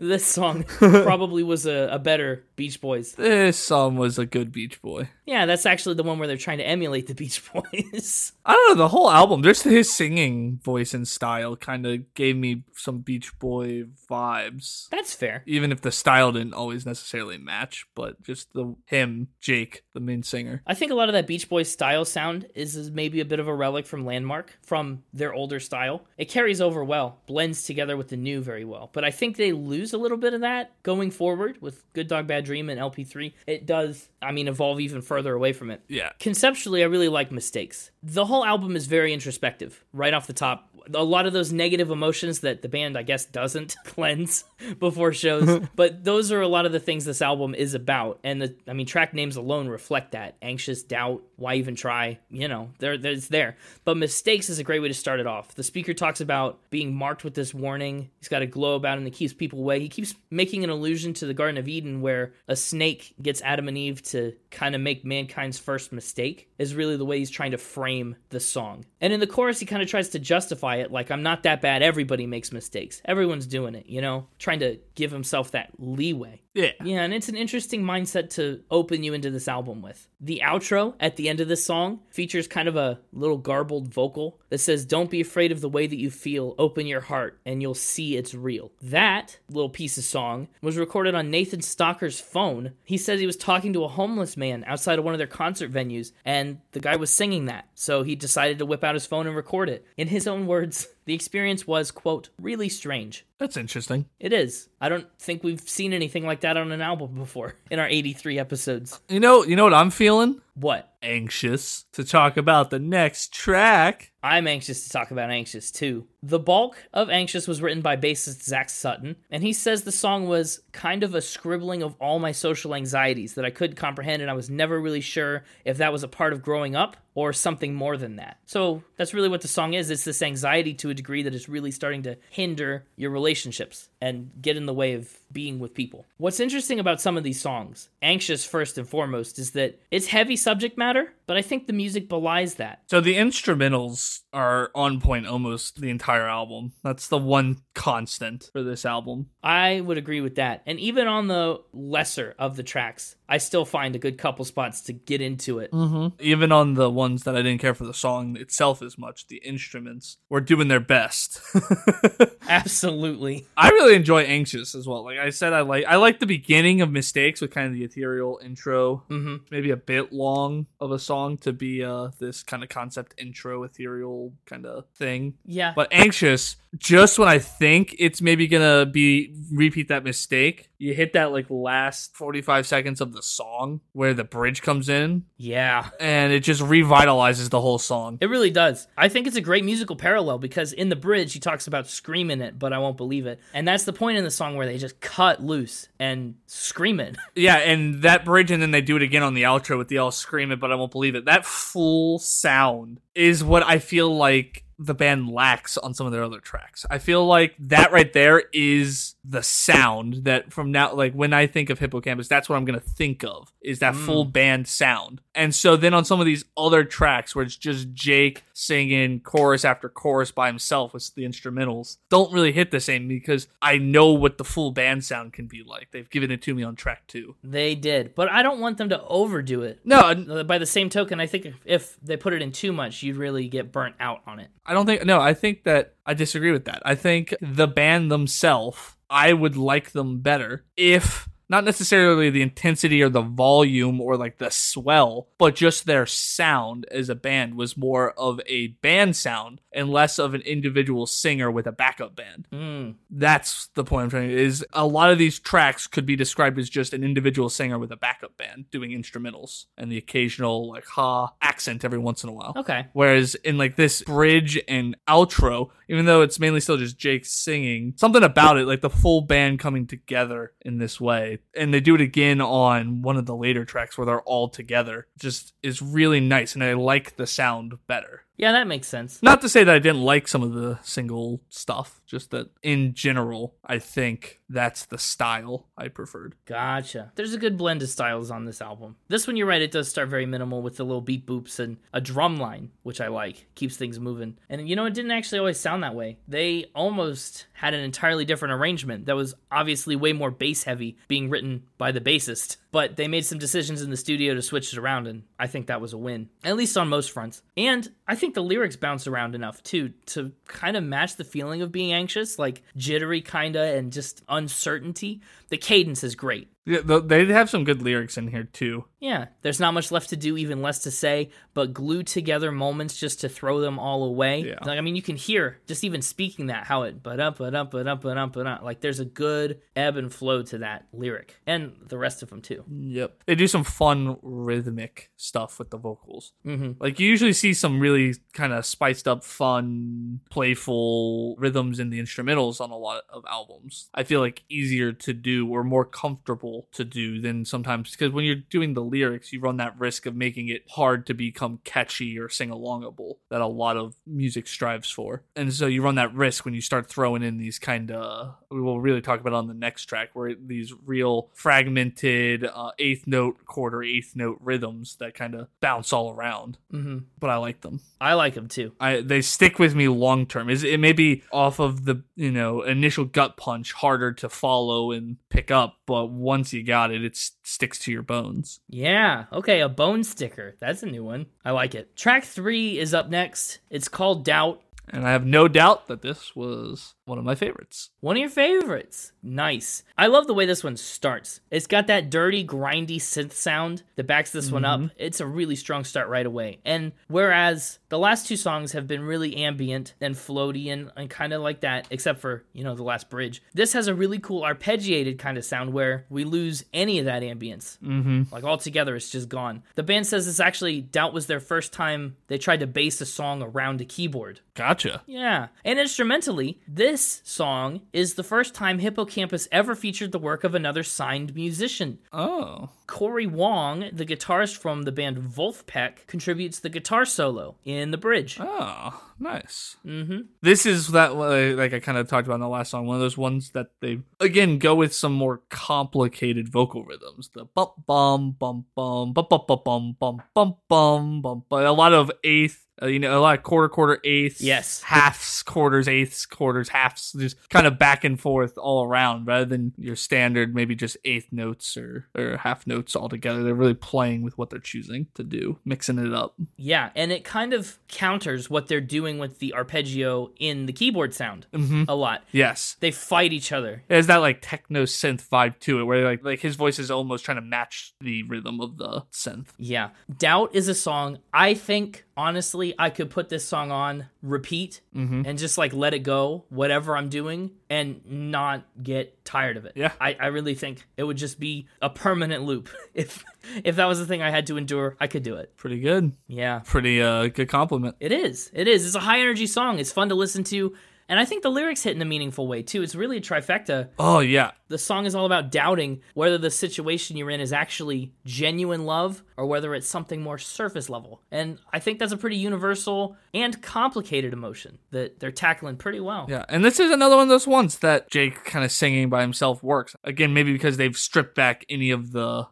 [SPEAKER 1] this song probably was a, a better Beach Boys.
[SPEAKER 2] This song was a good Beach Boy.
[SPEAKER 1] Yeah, that's actually the one where they're trying to emulate the Beach Boys.
[SPEAKER 2] I don't know the whole album. Just his singing voice and style kind of gave me some Beach Boy vibes.
[SPEAKER 1] that's fair.
[SPEAKER 2] Even if the style didn't always necessarily match, but just the him, Jake, the main singer.
[SPEAKER 1] I think a lot of that Beach Boys style sound is, is maybe a bit of a relic from Landmark, from their older style. It carries over well, blends together with the new very well. But I think they lose a little bit of that going forward with Good Dog Bad Dream and LP3. It does, I mean, evolve even further away from it.
[SPEAKER 2] Yeah.
[SPEAKER 1] conceptually i really like mistakes the whole album is very introspective right off the top a lot of those negative emotions that the band i guess doesn't cleanse before shows but those are a lot of the things this album is about and the i mean track names alone reflect that anxious doubt why even try you know there there's there but mistakes is a great way to start it off the speaker talks about being marked with this warning he's got a glow about him that keeps people away he keeps making an allusion to the garden of eden where a snake gets adam and eve to kind of make mankind's first mistake is really the way he's trying to frame the song and in the chorus he kind of tries to justify it like i'm not that bad everybody makes mistakes everyone's doing it you know trying to give himself that leeway
[SPEAKER 2] Yeah.
[SPEAKER 1] yeah, and it's an interesting mindset to open you into this album with. The outro at the end of this song features kind of a little garbled vocal that says, Don't be afraid of the way that you feel. Open your heart and you'll see it's real. That little piece of song was recorded on Nathan Stocker's phone. He says he was talking to a homeless man outside of one of their concert venues, and the guy was singing that. So he decided to whip out his phone and record it. In his own words, the experience was, quote, really strange.
[SPEAKER 2] That's interesting.
[SPEAKER 1] It is. I don't think we've seen anything like that on an album before in our 83 episodes.
[SPEAKER 2] You know, you know what I'm feeling?
[SPEAKER 1] What?
[SPEAKER 2] Anxious to talk about the next track.
[SPEAKER 1] I'm anxious to talk about Anxious too. The bulk of Anxious was written by bassist Zach Sutton, and he says the song was kind of a scribbling of all my social anxieties that I couldn't comprehend, and I was never really sure if that was a part of growing up or something more than that. So that's really what the song is. It's this anxiety to a degree that is really starting to hinder your relationships and get in the way of being with people. What's interesting about some of these songs, Anxious first and foremost, is that it's heavy subject matter, but I think the music belies that.
[SPEAKER 2] So the instrumentals are on point almost the entire album. That's the one constant for this album.
[SPEAKER 1] I would agree with that. And even on the lesser of the tracks, I still find a good couple spots to get into it.
[SPEAKER 2] Mm-hmm. Even on the ones that I didn't care for the song itself as much, the instruments were doing their best.
[SPEAKER 1] Absolutely.
[SPEAKER 2] I really enjoy Anxious as well. Like I said, I like I like the beginning of Mistakes with kind of the ethereal intro,
[SPEAKER 1] hmm
[SPEAKER 2] maybe a bit long of a song to be uh this kind of concept intro ethereal kind of thing.
[SPEAKER 1] Yeah.
[SPEAKER 2] But Anxious, just when I think it's maybe gonna be repeat that mistake, you hit that like last 45 seconds of the song where the bridge comes in
[SPEAKER 1] yeah.
[SPEAKER 2] and it just revitalizes the whole song.
[SPEAKER 1] It really does. I think it's a great musical parallel because in the bridge he talks about screaming it, but I won't believe it. And that's the point in the song where they just cut loose and scream it.
[SPEAKER 2] Yeah, and that bridge, and then they do it again on the outro with the all scream it, but I won't believe it. That full sound is what I feel like the band lacks on some of their other tracks. I feel like that right there is the sound that from now, like when I think of Hippocampus, that's what I'm going to think of is that full band sound. And so then on some of these other tracks where it's just Jake singing chorus after chorus by himself with the instrumentals, don't really hit the same because I know what the full band sound can be like. They've given it to me on track two.
[SPEAKER 1] They did, but I don't want them to overdo it. Uh,
[SPEAKER 2] No, I-
[SPEAKER 1] By the same token, I think if- if they put it in too much, you'd really get burnt out on it.
[SPEAKER 2] I don't think no, I think that I disagree with that. I think the band themselves, I would like them better if not necessarily the intensity or the volume or like the swell, but just their sound as a band was more of a band sound and less of an individual singer with a backup band.
[SPEAKER 1] Mm.
[SPEAKER 2] That's the point I'm trying to is a lot of these tracks could be described as just an individual singer with a backup band doing instrumentals and the occasional like ha accent every once in a while.
[SPEAKER 1] Okay.
[SPEAKER 2] Whereas in like this bridge and outro, even though it's mainly still just Jake singing, something about it, like the full band coming together in this way, and they do it again on one of the later tracks where they're all together, just is really nice, and I like the sound better.
[SPEAKER 1] Yeah, that makes sense.
[SPEAKER 2] Not to say that I didn't like some of the single stuff, just that in general, I think that's the style I preferred.
[SPEAKER 1] Gotcha. There's a good blend of styles on this album. This one, you're right, it does start very minimal with the little beat boops and a drum line, which I like. Keeps things moving. And you know, it didn't actually always sound that way. They almost had an entirely different arrangement that was obviously way more bass heavy, being written by the bassist. But they made some decisions in the studio to switch it around, and I think that was a win, at least on most fronts. And I think the lyrics bounce around enough too to kind of match the feeling of being anxious, like jittery kinda and just uncertainty. The cadence is great.
[SPEAKER 2] Yeah, th- they have some good lyrics in here too.
[SPEAKER 1] Yeah, there's not much left to do, even less to say, but glue together moments just to throw them all away.
[SPEAKER 2] Yeah.
[SPEAKER 1] Like, I mean, you can hear just even speaking that how it but up, but up, but up, but up, but up. Like, there's a good ebb and flow to that lyric and the rest of them too.
[SPEAKER 2] Yep. They do some fun rhythmic stuff with the vocals.
[SPEAKER 1] Mm-hmm.
[SPEAKER 2] Like you usually see some really kind of spiced up, fun, playful rhythms in the instrumentals on a lot of albums. I feel like easier to do or more comfortable to do than sometimes because when you're doing the lyrics, you run that risk of making it hard to become catchy or sing alongable that a lot of music strives for. And so you run that risk when you start throwing in these kind of we will really talk about on the next track where these real fragmented uh, eighth note quarter eighth note rhythms that kind of bounce all around
[SPEAKER 1] Mm-hmm.
[SPEAKER 2] but I like them.
[SPEAKER 1] I like them too.
[SPEAKER 2] I they stick with me long term. Is it may be off of the you know initial gut punch harder to follow and pick up, but once you got it, it s- sticks to your bones.
[SPEAKER 1] Yeah. Okay. A bone sticker. That's a new one. I like it. Track three is up next. It's called Doubt.
[SPEAKER 2] And I have no doubt that this was one of my favorites.
[SPEAKER 1] One of your favorites. Nice. I love the way this one starts. It's got that dirty, grindy synth sound that backs this one up. It's a really strong start right away. And whereas the last two songs have been really ambient and floaty and, and kind of like that, except for, you know, the last bridge, this has a really cool arpeggiated kind of sound where we lose any of that ambience. Mm-hmm. Like altogether, it's just gone. The band says this actually, Doubt was their first time they tried to base a song around a keyboard.
[SPEAKER 2] Gotcha.
[SPEAKER 1] Yeah. And instrumentally, this song is the first time Hippocampus ever featured the work of another signed musician.
[SPEAKER 2] Oh.
[SPEAKER 1] Corey Wong, the guitarist from the band Wolfpack, contributes the guitar solo in the bridge.
[SPEAKER 2] Oh, nice. Mm-hmm. This is that way, like I kind of talked about in the last song. One of those ones that they again go with some more complicated vocal rhythms. The bum bum bum bum bum bum bum bum bum bum bum bum. bum. A lot of eighth, uh, you know, a lot of quarter quarter eighths.
[SPEAKER 1] Yes.
[SPEAKER 2] halves, quarters, eighths, quarters, halves. Just kind of back and forth all around, rather than your standard maybe just eighth notes or or half notes altogether. They're really playing with what they're choosing to do, mixing it up.
[SPEAKER 1] Yeah. And it kind of counters what they're doing with the arpeggio in the keyboard sound a lot.
[SPEAKER 2] Yes.
[SPEAKER 1] They fight each other.
[SPEAKER 2] It has that like techno synth vibe to it, where like like his voice is almost trying to match the rhythm of the synth.
[SPEAKER 1] Yeah. Doubt is a song I think honestly I could put this song on repeat and just like let it go whatever I'm doing and not get tired of it.
[SPEAKER 2] Yeah.
[SPEAKER 1] I, I really think it would just be a permanent loop. If if that was the thing I had to endure, I could do it.
[SPEAKER 2] Pretty good,
[SPEAKER 1] Yeah.
[SPEAKER 2] pretty uh good compliment.
[SPEAKER 1] It is. It is. It's a high energy song. It's fun to listen to. And I think the lyrics hit in a meaningful way too. It's really a trifecta.
[SPEAKER 2] Oh yeah,
[SPEAKER 1] The song is all about doubting whether the situation you're in is actually genuine love or whether it's something more surface level. And I think that's a pretty universal and complicated emotion that they're tackling pretty well.
[SPEAKER 2] yeah. And this is another one of those ones that Jake kind of singing by himself works. Again, maybe because they've stripped back any of the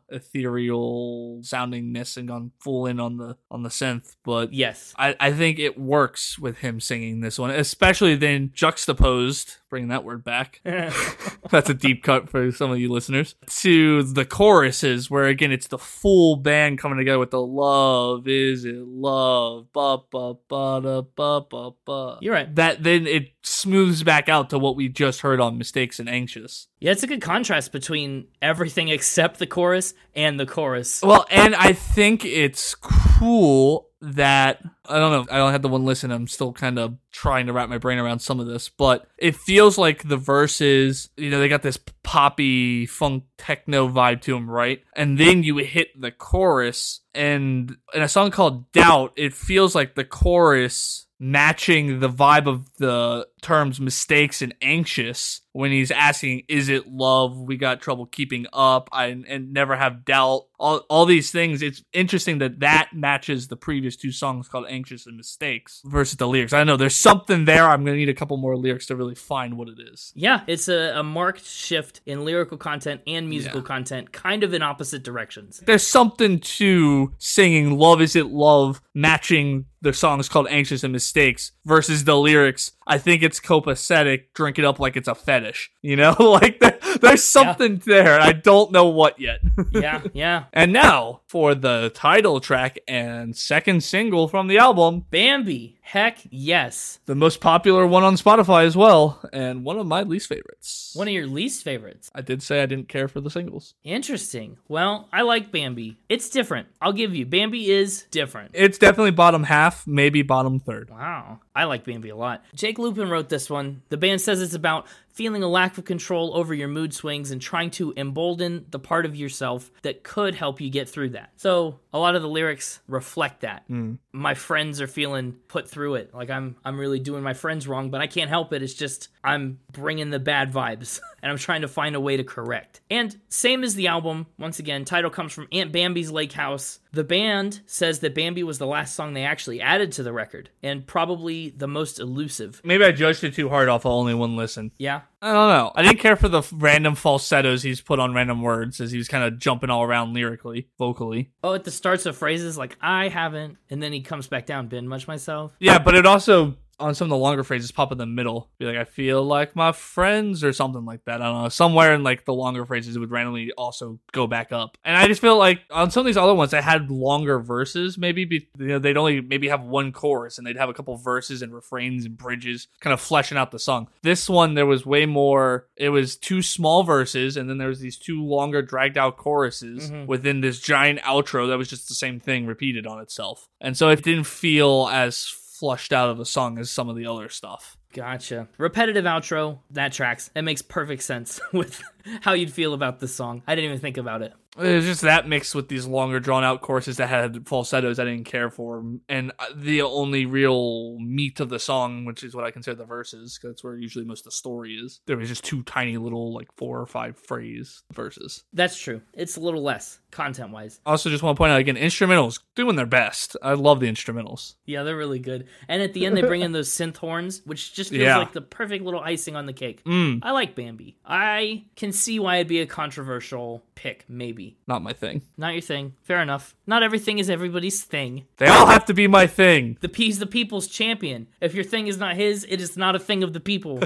[SPEAKER 2] ethereal soundingness and gone full in on the on the synth, but
[SPEAKER 1] Yes.
[SPEAKER 2] I, I think it works with him singing this one, especially then juxtaposed, bringing that word back. That's a deep cut for some of you listeners. To the choruses, where again, it's the full band coming together with the love, is it love? Ba, ba, ba, da, ba, ba, ba.
[SPEAKER 1] You're right.
[SPEAKER 2] That then it smooths back out to what we just heard on Mistakes and Anxious.
[SPEAKER 1] Yeah, it's a good contrast between everything except the chorus and the chorus.
[SPEAKER 2] Well, and I think it's cool that I don't know. I don't have the one listen. I'm still kind of trying to wrap my brain around some of this, but it feels like the verses, you know, they got this poppy funk techno vibe to them, right? And then you hit the chorus and in a song called Doubt, it feels like the chorus matching the vibe of the terms mistakes and anxious when he's asking is it love we got trouble keeping up I, and never have doubt all, all these things it's interesting that that matches the previous two songs called anxious and mistakes versus the lyrics i know there's something there i'm gonna need a couple more lyrics to really find what it is
[SPEAKER 1] Yeah, it's a, a marked shift in lyrical content and musical content, kind of in opposite directions.
[SPEAKER 2] there's something to singing love is it love matching the songs called anxious and mistakes versus the lyrics i think it's copacetic drink it up like it's a fetish you know like there, there's something there i don't know what yet
[SPEAKER 1] Yeah, yeah.
[SPEAKER 2] and now for the title track and second single from the album
[SPEAKER 1] Bambi, heck yes.
[SPEAKER 2] the most popular one on spotify as well and one of my least favorites
[SPEAKER 1] One of your least favorites.
[SPEAKER 2] i did say i didn't care for the singles
[SPEAKER 1] Interesting. Well, I like Bambi. It's different. I'll give you. Bambi is different.
[SPEAKER 2] it's definitely bottom half maybe bottom third
[SPEAKER 1] Wow. I like Bambi a lot. Jake Lupin wrote this one. The band says it's about feeling a lack of control over your mood swings and trying to embolden the part of yourself that could help you get through that. So, a lot of the lyrics reflect that. My friends are feeling put through it. Like I'm I'm really doing my friends wrong, but I can't help it. It's just I'm bringing the bad vibes and I'm trying to find a way to correct. And same as the album, once again, title comes from Aunt Bambi's Lake House. The band says that Bambi was the last song they actually added to the record and probably the most elusive.
[SPEAKER 2] maybe I judged it too hard off of only one listen.
[SPEAKER 1] Yeah.
[SPEAKER 2] I don't know. I didn't care for the f- random falsettos he's put on random words as he was kind of jumping all around lyrically, vocally.
[SPEAKER 1] Oh, at the starts of phrases like I haven't and then he comes back down, been much myself.
[SPEAKER 2] Yeah, but it also on some of the longer phrases pop in the middle. Be like, I feel like my friends or something like that. I don't know. Somewhere in like the longer phrases, it would randomly also go back up. And I just feel like on some of these other ones, I had longer verses. Maybe be, you know they'd only maybe have one chorus and they'd have a couple verses and refrains and bridges, kind of fleshing out the song. This one there was way more. It was two small verses and then there was these two longer dragged out choruses
[SPEAKER 1] Mhm.
[SPEAKER 2] within this giant outro that was just the same thing repeated on itself. And so it didn't feel as flushed out of a song as some of the other stuff.
[SPEAKER 1] Gotcha. Repetitive outro, that tracks. That makes perfect sense with how you'd feel about this song. I didn't even think about it.
[SPEAKER 2] It was just that mixed with these longer drawn out courses that had falsettos I didn't care for, and uh, the only real meat of the song, which is what I consider the verses, 'cause that's where usually most of the story is. There was just two tiny little like four or five phrase verses.
[SPEAKER 1] That's true. It's a little less content wise.
[SPEAKER 2] Also, just want to point out again, instrumentals doing their best. I love the instrumentals.
[SPEAKER 1] Yeah, they're really good. And at the end, they bring in those synth horns, which just feels
[SPEAKER 2] Yeah.
[SPEAKER 1] like the perfect little icing on the cake.
[SPEAKER 2] Mm,
[SPEAKER 1] I like Bambi. I can see why it'd be a controversial pick, maybe.
[SPEAKER 2] not my thing.
[SPEAKER 1] Not your thing. Fair enough. Not everything is everybody's thing.
[SPEAKER 2] They all have to be my thing.
[SPEAKER 1] The P's the people's champion. If your thing is not his, it is not a thing of the people.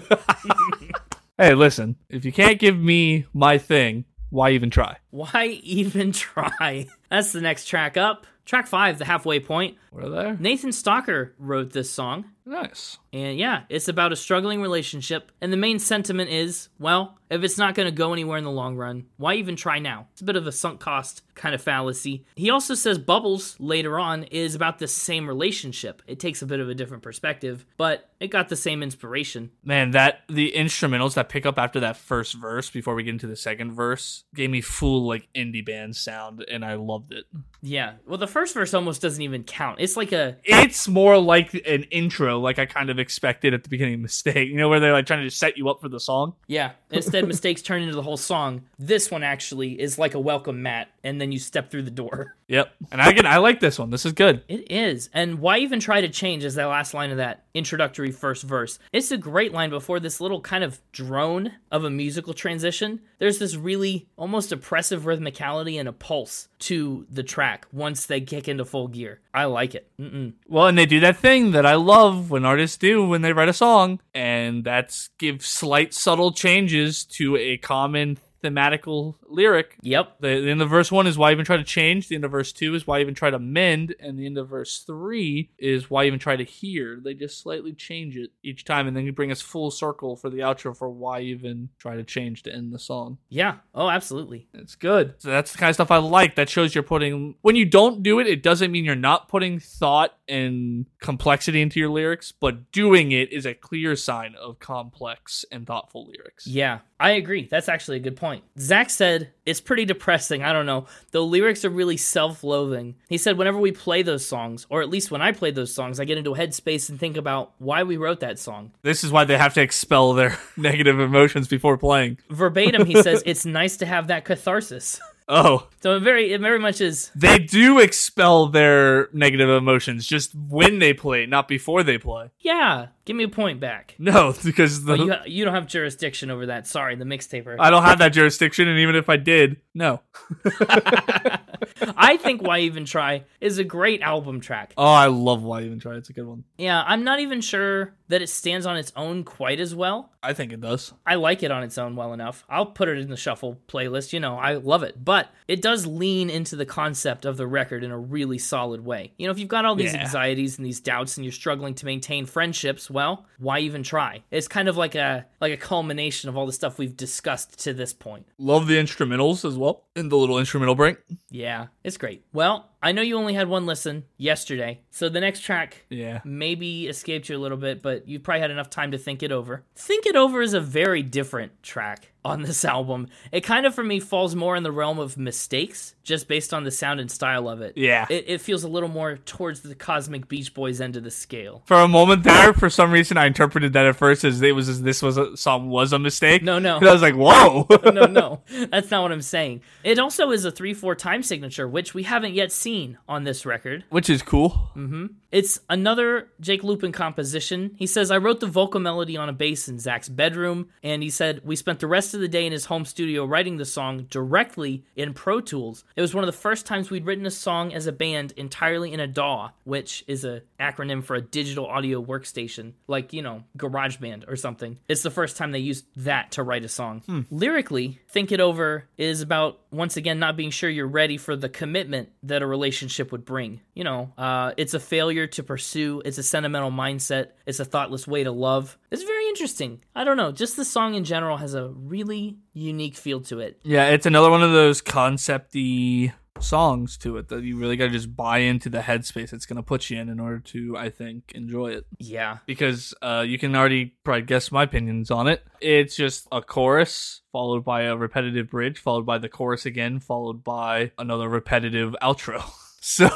[SPEAKER 2] Hey, listen, if you can't give me my thing, why even try?
[SPEAKER 1] Why even try? That's the next track up. Track five, The Halfway Point.
[SPEAKER 2] We're there.
[SPEAKER 1] Nathan Stalker wrote this song.
[SPEAKER 2] Nice.
[SPEAKER 1] And yeah, it's about a struggling relationship. And the main sentiment is well, if it's not going to go anywhere in the long run, why even try now? It's a bit of a sunk cost kind of fallacy. He also says Bubbles later on is about the same relationship. It takes a bit of a different perspective, but it got the same inspiration.
[SPEAKER 2] Man, that the instrumentals that pick up after that first verse before we get into the second verse gave me full like indie band sound and I loved it.
[SPEAKER 1] Yeah. Well, the first verse almost doesn't even count. It's like a
[SPEAKER 2] It's more like an intro like I kind of expected at the beginning of Mistake, you know where they're like trying to set you up for the song.
[SPEAKER 1] Yeah. Instead, mistakes turn into the whole song. This one actually is like a welcome mat, and then you step through the door.
[SPEAKER 2] Yep. And I- again, I like this one. This is good.
[SPEAKER 1] It is. And why even try to change is that last line of that introductory first verse. It's a great line before this little kind of drone of a musical transition. There's this really almost oppressive rhythmicality and a pulse to the track once they kick into full gear. I like it. Mm-mm.
[SPEAKER 2] Well, and they do that thing that I love when artists do when they write a song, and that's give slight subtle changes to a common thematical lyric
[SPEAKER 1] Yep.
[SPEAKER 2] The, the end of verse one is why even try to change. The end of verse two is why even try to mend, and the end of verse three is why even try to hear. They just slightly change it each time, and then you bring us full circle for the outro for why even try to change to end the song.
[SPEAKER 1] Yeah. Oh, absolutely.
[SPEAKER 2] It's good. So that's the kind of stuff I like. That shows you're putting when you don't do it, it doesn't mean you're not putting thought and complexity into your lyrics, but doing it is a clear sign of complex and thoughtful lyrics.
[SPEAKER 1] Yeah, I agree. That's actually a good point. Zach said, It's pretty depressing. I don't know. The lyrics are really self loathing. He said, Whenever we play those songs, or at least when I play those songs, I get into a headspace and think about why we wrote that song.
[SPEAKER 2] This is why they have to expel their negative emotions before playing.
[SPEAKER 1] Verbatim, he says, It's nice to have that catharsis.
[SPEAKER 2] Oh.
[SPEAKER 1] So it very, it very much is.
[SPEAKER 2] They do expel their negative emotions just when they play, not before they play.
[SPEAKER 1] Yeah, give me a point back.
[SPEAKER 2] No, because the,
[SPEAKER 1] But you, you don't have jurisdiction over that. Sorry, the mixtaper.
[SPEAKER 2] I don't have that jurisdiction, and even if I did, no.
[SPEAKER 1] I think Why Even Try is a great album track.
[SPEAKER 2] Oh, I love Why Even Try. It's a good one.
[SPEAKER 1] Yeah, I'm not even sure that it stands on its own quite as well.
[SPEAKER 2] I think it does.
[SPEAKER 1] I like it on its own well enough. I'll put it in the shuffle playlist. You know, I love it. But it does lean into the concept of the record in a really solid way. You know, if you've got all these
[SPEAKER 2] Yeah.
[SPEAKER 1] anxieties and these doubts and you're struggling to maintain friendships, well, why even try? It's kind of like a like a culmination of all the stuff we've discussed to this point.
[SPEAKER 2] Love the instrumentals as well, and the little instrumental break.
[SPEAKER 1] Yeah, it's great. Well, I know you only had one listen yesterday. So the next track
[SPEAKER 2] Yeah.
[SPEAKER 1] maybe escaped you a little bit, but you probably had enough time to think it over. Think It Over is a very different track on this album. It kind of, for me, falls more in the realm of mistakes just based on the sound and style of it.
[SPEAKER 2] Yeah.
[SPEAKER 1] It, it feels a little more towards the Cosmic Beach Boys end of the scale.
[SPEAKER 2] For a moment there, for some reason, I interpreted that at first as it was as this was a, song was a mistake.
[SPEAKER 1] No, no.
[SPEAKER 2] And I was like, whoa.
[SPEAKER 1] no, no, that's not what I'm saying. It also is a 3 4 time signature, which we haven't yet seen on this record.
[SPEAKER 2] Which is cool.
[SPEAKER 1] It's another Jake Lupin composition. He says, I wrote the vocal melody on a bass in Zach's bedroom, and he said, We spent the rest of of the day in his home studio writing the song directly in Pro Tools. It was one of the first times we'd written a song as a band entirely in a DAW, which is a acronym for a digital audio workstation, like, you know, GarageBand or something. It's the first time they used that to write a song. Lyrically, Think It Over is about, once again, not being sure you're ready for the commitment that a relationship would bring. You know, uh, it's a failure to pursue, it's a sentimental mindset, it's a thoughtless way to love. It's very interesting. I don't know. Just the song in general has a really unique feel to it.
[SPEAKER 2] Yeah, it's another one of those concepty songs to it that you really got to just buy into the headspace it's going to put you in in order to, I think, enjoy it.
[SPEAKER 1] Yeah.
[SPEAKER 2] Because uh, you can already probably guess my opinions on it. It's just a chorus followed by a repetitive bridge, followed by the chorus again, followed by another repetitive outro. So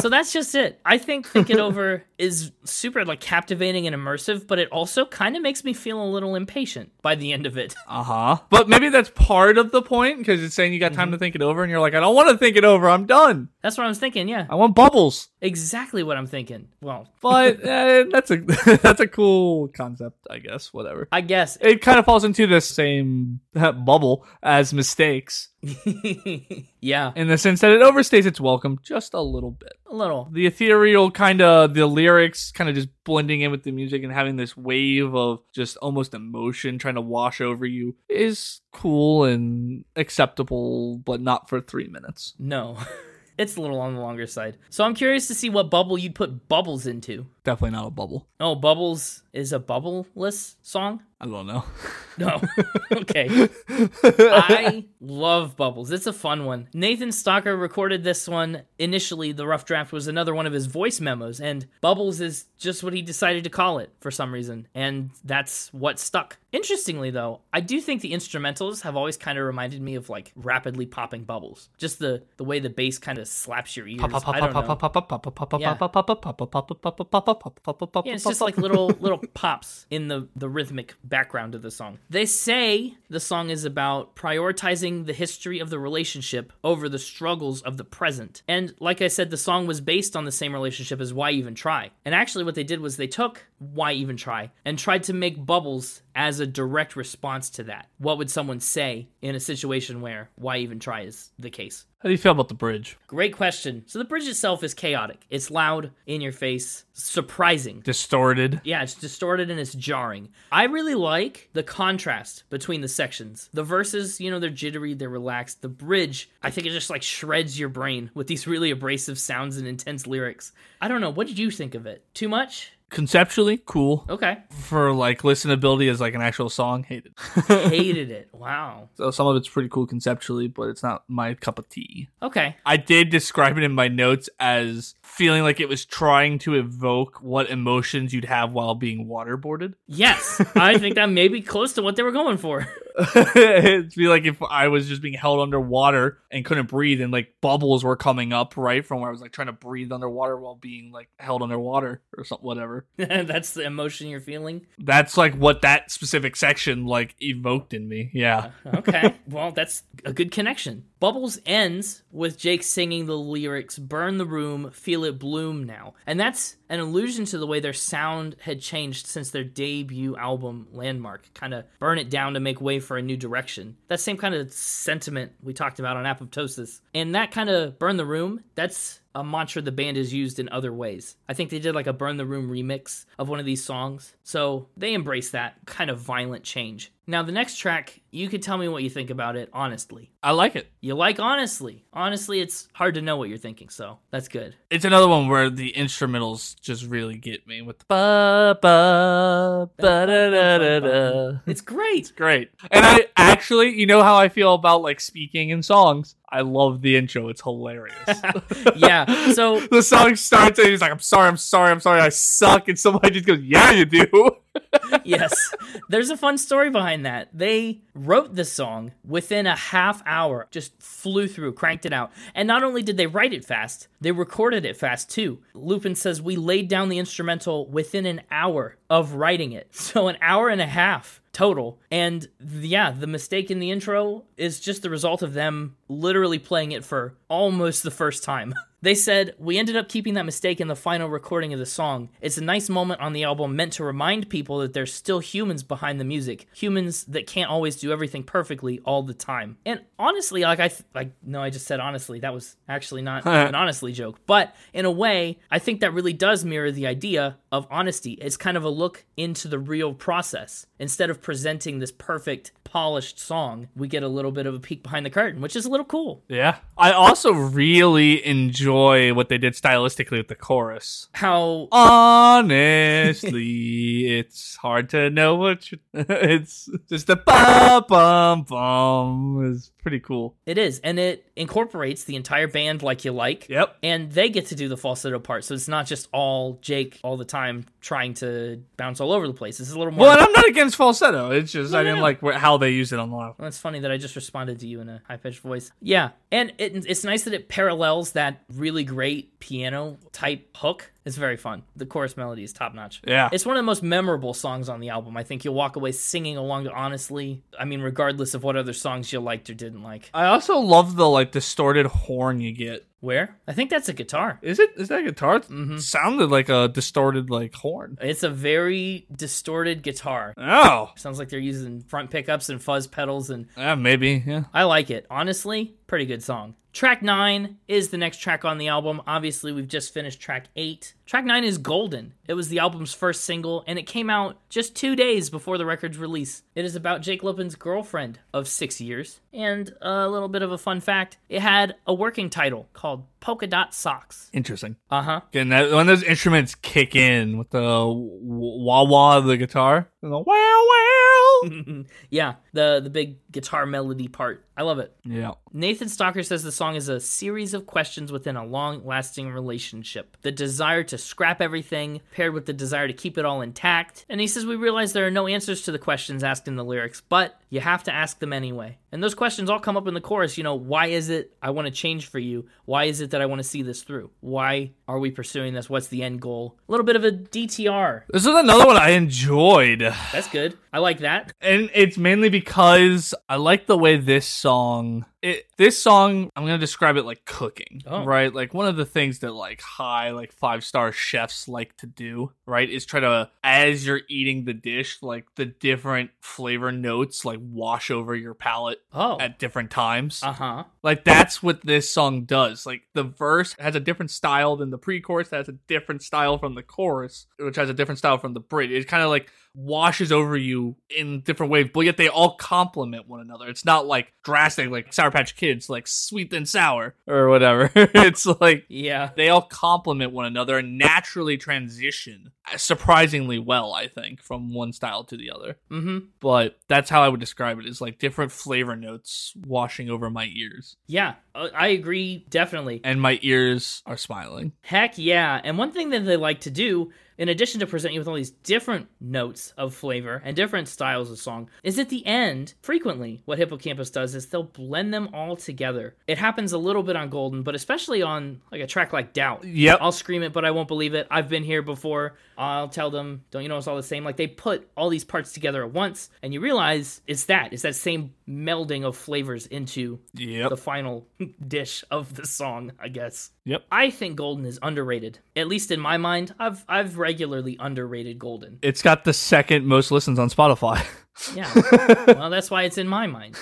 [SPEAKER 1] So that's just it. I think Think It Over is super like captivating and immersive, but it also kind of makes me feel a little impatient by the end of it.
[SPEAKER 2] Uh huh. But maybe that's part of the point because it's saying you got time to think it over, and you're like, I don't want to think it over. I'm done.
[SPEAKER 1] That's what I was thinking. Yeah.
[SPEAKER 2] I want bubbles.
[SPEAKER 1] Exactly what I'm thinking. Well,
[SPEAKER 2] But uh, that's a that's a cool concept, I guess. Whatever.
[SPEAKER 1] I guess.
[SPEAKER 2] It kind of falls into the same bubble as mistakes
[SPEAKER 1] yeah.
[SPEAKER 2] in the sense that it overstays its welcome just a little bit.
[SPEAKER 1] A little.
[SPEAKER 2] The ethereal kind of the lyrics kind of just blending in with the music and having this wave of just almost emotion trying to wash over you is cool and acceptable, but not for three minutes.
[SPEAKER 1] No. It's a little on the longer side. So I'm curious to see what bubble you'd put bubbles into.
[SPEAKER 2] Definitely not a bubble.
[SPEAKER 1] Oh, bubbles is a bubbleless song?
[SPEAKER 2] I don't know.
[SPEAKER 1] No. okay. I love Bubbles. It's a fun one. Nathan Stocker recorded this one. Initially, the rough draft was another one of his voice memos, and Bubbles is just what he decided to call it for some reason, and that's what stuck. Interestingly, though, I do think the instrumentals have always kind of reminded me of like rapidly popping bubbles. Just the the way the bass kind of slaps your ears. I don't know. Yeah, it's just like little little pops in the the rhythmic background of the song. They say the song is about prioritizing the history of the relationship over the struggles of the present. And like I said, the song was based on the same relationship as Why Even Try. And actually what they did was they took Why Even Try and tried to make bubbles as a direct response to that. What would someone say in a situation where why even try is the case?
[SPEAKER 2] How do you feel about the bridge?
[SPEAKER 1] Great question. So the bridge itself is chaotic. It's loud, in your face, surprising.
[SPEAKER 2] Distorted.
[SPEAKER 1] Yeah, it's distorted and it's jarring. I really like the contrast between the sections. The verses, you know, they're jittery, they're relaxed. The bridge, I think it just like shreds your brain with these really abrasive sounds and intense lyrics. I don't know. What did you think of it? Too much?
[SPEAKER 2] Conceptually, cool.
[SPEAKER 1] Okay.
[SPEAKER 2] For like listenability as like an actual song, hated.
[SPEAKER 1] Hated it. Wow.
[SPEAKER 2] so some of it's pretty cool conceptually, but it's not my cup of tea.
[SPEAKER 1] Okay.
[SPEAKER 2] I did describe it in my notes as feeling like it was trying to evoke what emotions you'd have while being waterboarded.
[SPEAKER 1] Yes, I think that may be close to what they were going for.
[SPEAKER 2] It'd be like if I was just being held underwater and couldn't breathe, and like bubbles were coming up right from where I was like trying to breathe underwater while being like held underwater or something, whatever.
[SPEAKER 1] That's the emotion you're feeling.
[SPEAKER 2] That's like what that specific section like evoked in me. Yeah.
[SPEAKER 1] okay. Well, that's a good connection. Bubbles ends with Jake singing the lyrics Burn the Room, Feel It Bloom Now. And that's an allusion to the way their sound had changed since their debut album, Landmark. Kind of burn it down to make way for a new direction. That same kind of sentiment we talked about on Apoptosis. And that kind of Burn the Room, that's a mantra the band has used in other ways. I think they did like a Burn the Room remix of one of these songs. So they embrace that kind of violent change. Now, the next track, you could tell me what you think about it honestly.
[SPEAKER 2] I like it.
[SPEAKER 1] You like honestly. Honestly, it's hard to know what you're thinking, so that's good.
[SPEAKER 2] It's another one where the instrumentals just really get me with the ba ba ba da da da da.
[SPEAKER 1] It's great.
[SPEAKER 2] Great. And I actually, you know how I feel about like speaking in songs. I love the intro. It's hilarious.
[SPEAKER 1] yeah. So
[SPEAKER 2] the song starts and he's like, "I'm sorry, I'm sorry, I'm sorry, I suck," and somebody just goes, "Yeah, you do."
[SPEAKER 1] yes. There's a fun story behind that. They wrote the song within a half hour, just flew through, cranked it out. And not only did they write it fast, they recorded it fast too. Lupin says, We laid down the instrumental within an hour of writing it. So an hour and a half total. And th- yeah, the mistake in the intro is just the result of them literally playing it for almost the first time. They said, We ended up keeping that mistake in the final recording of the song. It's a nice moment on the album meant to remind people that there's still humans behind the music, humans that can't always do everything perfectly all the time. And honestly, like I, th- like, no, I just said honestly. That was actually not an honestly joke. But in a way, I think that really does mirror the idea of honesty. It's kind of a look into the real process. Instead of presenting this perfect, polished song, we get a little bit of a peek behind the curtain, which is a little cool.
[SPEAKER 2] Yeah. I also really enjoy what they did stylistically with the chorus.
[SPEAKER 1] How
[SPEAKER 2] Honestly, it's hard to know what you it's just a bum bum bum. It's pretty cool.
[SPEAKER 1] It is, and it incorporates the entire band like you like.
[SPEAKER 2] Yep.
[SPEAKER 1] And they get to do the falsetto part, so it's not just all Jake all the time trying to bounce all over the place. It's a little more.
[SPEAKER 2] Well, and I'm not against falsetto. It's just I
[SPEAKER 1] no,
[SPEAKER 2] didn't
[SPEAKER 1] no.
[SPEAKER 2] like wh- how they used it on the live.
[SPEAKER 1] Well, it's funny that I just responded to you in a high pitched voice. Yeah, and it, it's nice that it parallels that really great piano type hook. It's very fun. The chorus melody is top notch.
[SPEAKER 2] Yeah.
[SPEAKER 1] It's one of the most memorable songs on the album. I think you'll walk away singing along to honestly. I mean, regardless of what other songs you liked or didn't like.
[SPEAKER 2] I also love the like distorted horn you get.
[SPEAKER 1] Where? I think that's a guitar.
[SPEAKER 2] Is it is that a guitar? It sounded like a distorted like horn.
[SPEAKER 1] It's a very distorted guitar.
[SPEAKER 2] Oh,
[SPEAKER 1] Sounds like they're using front pickups and fuzz pedals, and
[SPEAKER 2] yeah, maybe. Yeah.
[SPEAKER 1] I like it. Honestly, pretty good song. Track 9 is the next track on the album. Obviously, we've just finished track 8. Track 9 is Golden. It was the album's first single, and it came out just two days before the record's release. It is about Jake Lupin's girlfriend of six years. And uh, a little bit of a fun fact it had a working title called Polka Dot Socks.
[SPEAKER 2] Interesting.
[SPEAKER 1] Uh huh.
[SPEAKER 2] Again, that, when those instruments kick in with the wah wah of the guitar, and the wow wow.
[SPEAKER 1] Yeah, the, the big guitar melody part. I love it.
[SPEAKER 2] yeah.
[SPEAKER 1] Nathan Stalker says the song is a series of questions within a long lasting relationship. The desire to scrap everything, paired with the desire to keep it all intact. And he says, We realize there are no answers to the questions asked in the lyrics, but you have to ask them anyway. And those questions all come up in the chorus. You know, why is it I want to change for you? Why is it that I want to see this through? Why are we pursuing this? What's the end goal? A little bit of a DTR.
[SPEAKER 2] This is another one I enjoyed.
[SPEAKER 1] That's good. I like that.
[SPEAKER 2] and it's mainly because I like the way this song. It, this song, I'm gonna describe it like cooking,
[SPEAKER 1] Oh.
[SPEAKER 2] right? Like one of the things that like high, like five star chefs like to do, right, is try to as you're eating the dish, like the different flavor notes like wash over your palate
[SPEAKER 1] Oh.
[SPEAKER 2] at different times.
[SPEAKER 1] Uh huh.
[SPEAKER 2] Like that's what this song does. Like the verse has a different style than the pre-chorus, that has a different style from the chorus, which has a different style from the bridge. It kind of like washes over you in different ways, but yet they all complement one another. It's not like drastic, like Sour Patch Kids, like sweet and sour or whatever. it's like
[SPEAKER 1] Yeah.
[SPEAKER 2] they all complement one another and naturally transition surprisingly well, I think, from one style to the other
[SPEAKER 1] Mm hmm.
[SPEAKER 2] but that's how I would describe it is like different flavor notes washing over my ears
[SPEAKER 1] Yeah. I I agree definitely.
[SPEAKER 2] and my ears are smiling.
[SPEAKER 1] Heck yeah. And one thing that they like to do, in addition to present you with all these different notes of flavor and different styles of song, is at the end, frequently, what Hippocampus does is they'll blend them all together. It happens a little bit on Golden, but especially on like a track like Doubt.
[SPEAKER 2] Yep.
[SPEAKER 1] I'll scream it, but I won't believe it. I've been here before. I'll tell them, don't you know it's all the same? Like they put all these parts together at once, and you realize it's that. It's that same melding of flavors into
[SPEAKER 2] Yep.
[SPEAKER 1] the final dish of the song, I guess.
[SPEAKER 2] Yep.
[SPEAKER 1] I think Golden is underrated. At least in my mind, I've I've regularly underrated Golden.
[SPEAKER 2] It's got the second most listens on Spotify.
[SPEAKER 1] Yeah. well, that's why it's in my mind.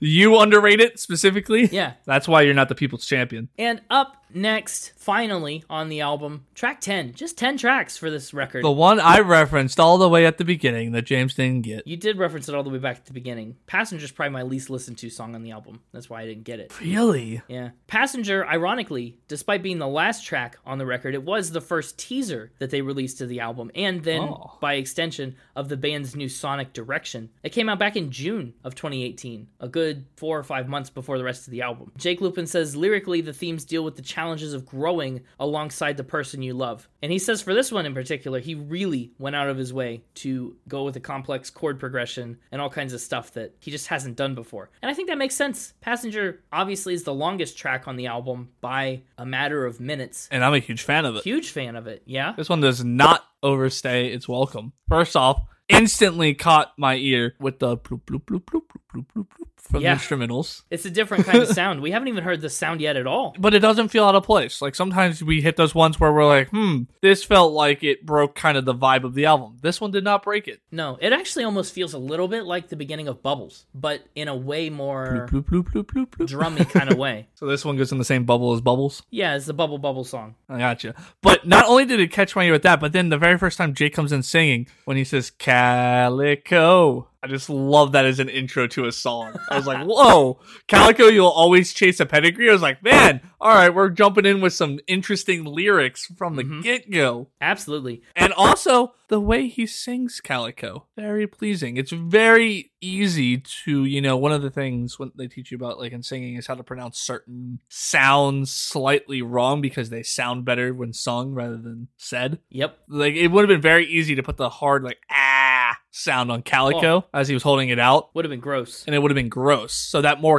[SPEAKER 2] you underrate it specifically?
[SPEAKER 1] Yeah.
[SPEAKER 2] That's why you're not the people's champion.
[SPEAKER 1] And up next, finally on the album, track 10. Just 10 tracks for this record.
[SPEAKER 2] The one I referenced all the way at the beginning that James didn't get.
[SPEAKER 1] you did reference it all the way back at the beginning. Passenger's probably my least listened to song on the album. That's why I didn't get it.
[SPEAKER 2] Really?
[SPEAKER 1] Yeah. Passenger, ironically, despite being the last track on the record, it was the first teaser that they released to the album, and then
[SPEAKER 2] Oh.
[SPEAKER 1] by extension of the band's new sonic direction. It came out back in June of 2018, a good four or five months before the rest of the album. Jake Lupin says lyrically, the themes deal with the challenges of growing alongside the person you love. And he says for this one in particular, he really went out of his way to go with a complex chord progression and all kinds of stuff that he just hasn't done before. And I think that makes sense. Passenger obviously is the longest track on the album by a matter of minutes.
[SPEAKER 2] and I'm a huge fan of it.
[SPEAKER 1] Huge fan of it, yeah?
[SPEAKER 2] This one does not overstay its welcome. First off, instantly caught my ear with the bloop bloop bloop bloop bloop bloop bloop, bloop from
[SPEAKER 1] Yeah.
[SPEAKER 2] the instrumentals.
[SPEAKER 1] It's a different kind of sound. We haven't even heard the sound yet at all.
[SPEAKER 2] But it doesn't feel out of place. Like sometimes we hit those ones where we're like, hmm, this felt like it broke kind of the vibe of the album. This one did not break it.
[SPEAKER 1] No, it actually almost feels a little bit like the beginning of Bubbles, but in a way more
[SPEAKER 2] Bloop bloop bloop bloop bloop.
[SPEAKER 1] drummy kind of way.
[SPEAKER 2] So this one goes in the same bubble as Bubbles.
[SPEAKER 1] Yeah, it's the Bubble Bubble song.
[SPEAKER 2] I gotcha. But not only did it catch my ear with that, but then the very first time Jay comes in singing, when he says Calico, I just love that as an intro to a song. I was like, whoa, Calico, you'll always chase a pedigree. I was like, man, all right, we're jumping in with some interesting lyrics from the
[SPEAKER 1] Mhm.
[SPEAKER 2] get go.
[SPEAKER 1] Absolutely.
[SPEAKER 2] And also, the way he sings Calico, very pleasing. It's very easy to, you know, one of the things when they teach you about like in singing is how to pronounce certain sounds slightly wrong because they sound better when sung rather than said.
[SPEAKER 1] Yep.
[SPEAKER 2] Like it would have been very easy to put the hard like ah sound on Calico as he was holding it out.
[SPEAKER 1] Would have been gross.
[SPEAKER 2] And it would have been gross. So that more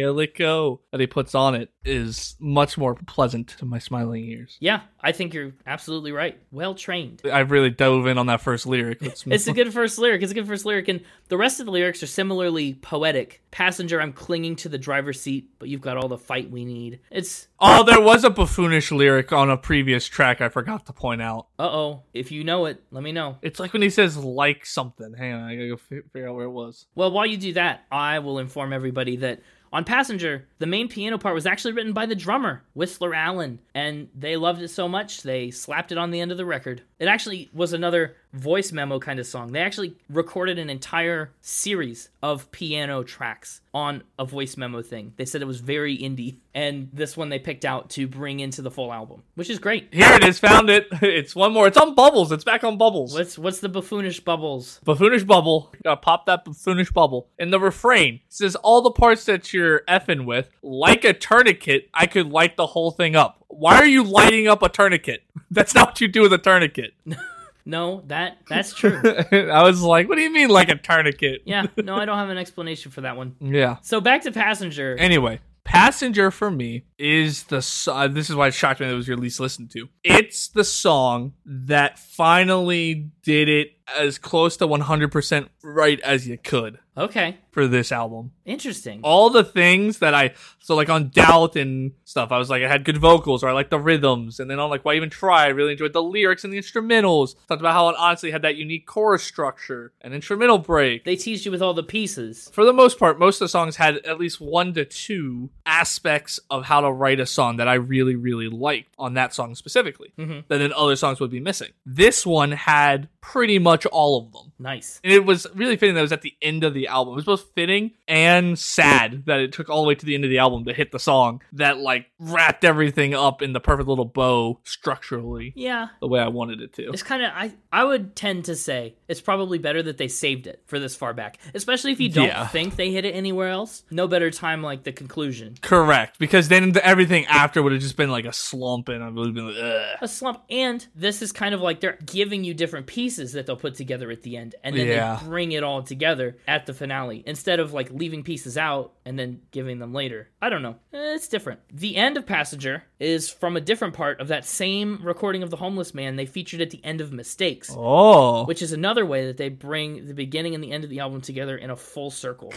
[SPEAKER 2] calico that he puts on it is much more pleasant to my smiling ears.
[SPEAKER 1] Yeah, I think you're absolutely right. Well trained.
[SPEAKER 2] I really dove in on that first lyric. It's,
[SPEAKER 1] It's a good first lyric. It's a good first lyric. And the rest of the lyrics are similarly poetic. Passenger, I'm clinging to the driver's seat, but you've got all the fight we need. It's,
[SPEAKER 2] Oh, there was a buffoonish lyric on a previous track I forgot to point out.
[SPEAKER 1] uh oh, if you know it, let me know.
[SPEAKER 2] It's like when he says like something. Hang on, I gotta go fi- figure out where it was.
[SPEAKER 1] Well, while you do that, I will inform everybody that on Passenger, the main piano part was actually written by the drummer, Whistler Allen, and they loved it so much they slapped it on the end of the record. It actually was another voice memo kind of song. They actually recorded an entire series of piano tracks on a voice memo thing. They said it was very indie, and this one they picked out to bring into the full album, which is great.
[SPEAKER 2] Here it is, found it. It's one more. It's on Bubbles. It's back on Bubbles.
[SPEAKER 1] What's what's the buffoonish bubbles?
[SPEAKER 2] Buffoonish bubble. Gotta pop that buffoonish bubble. And the refrain says all the parts that you're effing with, like a tourniquet, I could light the whole thing up. Why are you lighting up a tourniquet? That's not what you do with a tourniquet.
[SPEAKER 1] No, that that's true.
[SPEAKER 2] I was like, what do you mean like a tourniquet?
[SPEAKER 1] yeah, no, I don't have an explanation for that one.
[SPEAKER 2] Yeah.
[SPEAKER 1] So back to Passenger.
[SPEAKER 2] Anyway, Passenger for me is the so- this is why it shocked me that it was your least listened to. It's the song that finally did it as close to 100% right as you could
[SPEAKER 1] Okay,
[SPEAKER 2] for this album.
[SPEAKER 1] interesting.
[SPEAKER 2] All the things that I so like on Doubt and stuff, I was like I had good vocals or I liked the rhythms and then on like why even try, I really enjoyed the lyrics and the instrumentals. Talked about how it honestly had that unique chorus structure, an instrumental break
[SPEAKER 1] they teased you with all the pieces.
[SPEAKER 2] for the most part, most of the songs had at least one to two aspects of how to write a song that I really, really liked on that song specifically.
[SPEAKER 1] Mhm.
[SPEAKER 2] That then other songs would be missing. This one had pretty much all of them.
[SPEAKER 1] Nice.
[SPEAKER 2] And it was really fitting that it was at the end of the album. It was both fitting and sad that it took all the way to the end of the album to hit the song that like wrapped everything up in the perfect little bow structurally
[SPEAKER 1] Yeah.
[SPEAKER 2] the way I wanted it to.
[SPEAKER 1] It's kind of I I would tend to say it's probably better that they saved it for this far back, especially if you don't
[SPEAKER 2] Yeah.
[SPEAKER 1] think they hit it anywhere else. No better time like the conclusion.
[SPEAKER 2] Correct, because then the- everything after would have just been like a slump, and I would have been like, Ugh.
[SPEAKER 1] A slump, and this is kind of like they're giving you different pieces that they'll put together at the end, and then
[SPEAKER 2] Yeah.
[SPEAKER 1] they bring it all together at the finale instead of like leaving pieces out and then giving them later. I don't know, Eh, it's different. The end of Passenger is from a different part of that same recording of the Homeless Man they featured at the end of Mistakes.
[SPEAKER 2] Oh,
[SPEAKER 1] which is another way that they bring the beginning and the end of the album together in a full circle.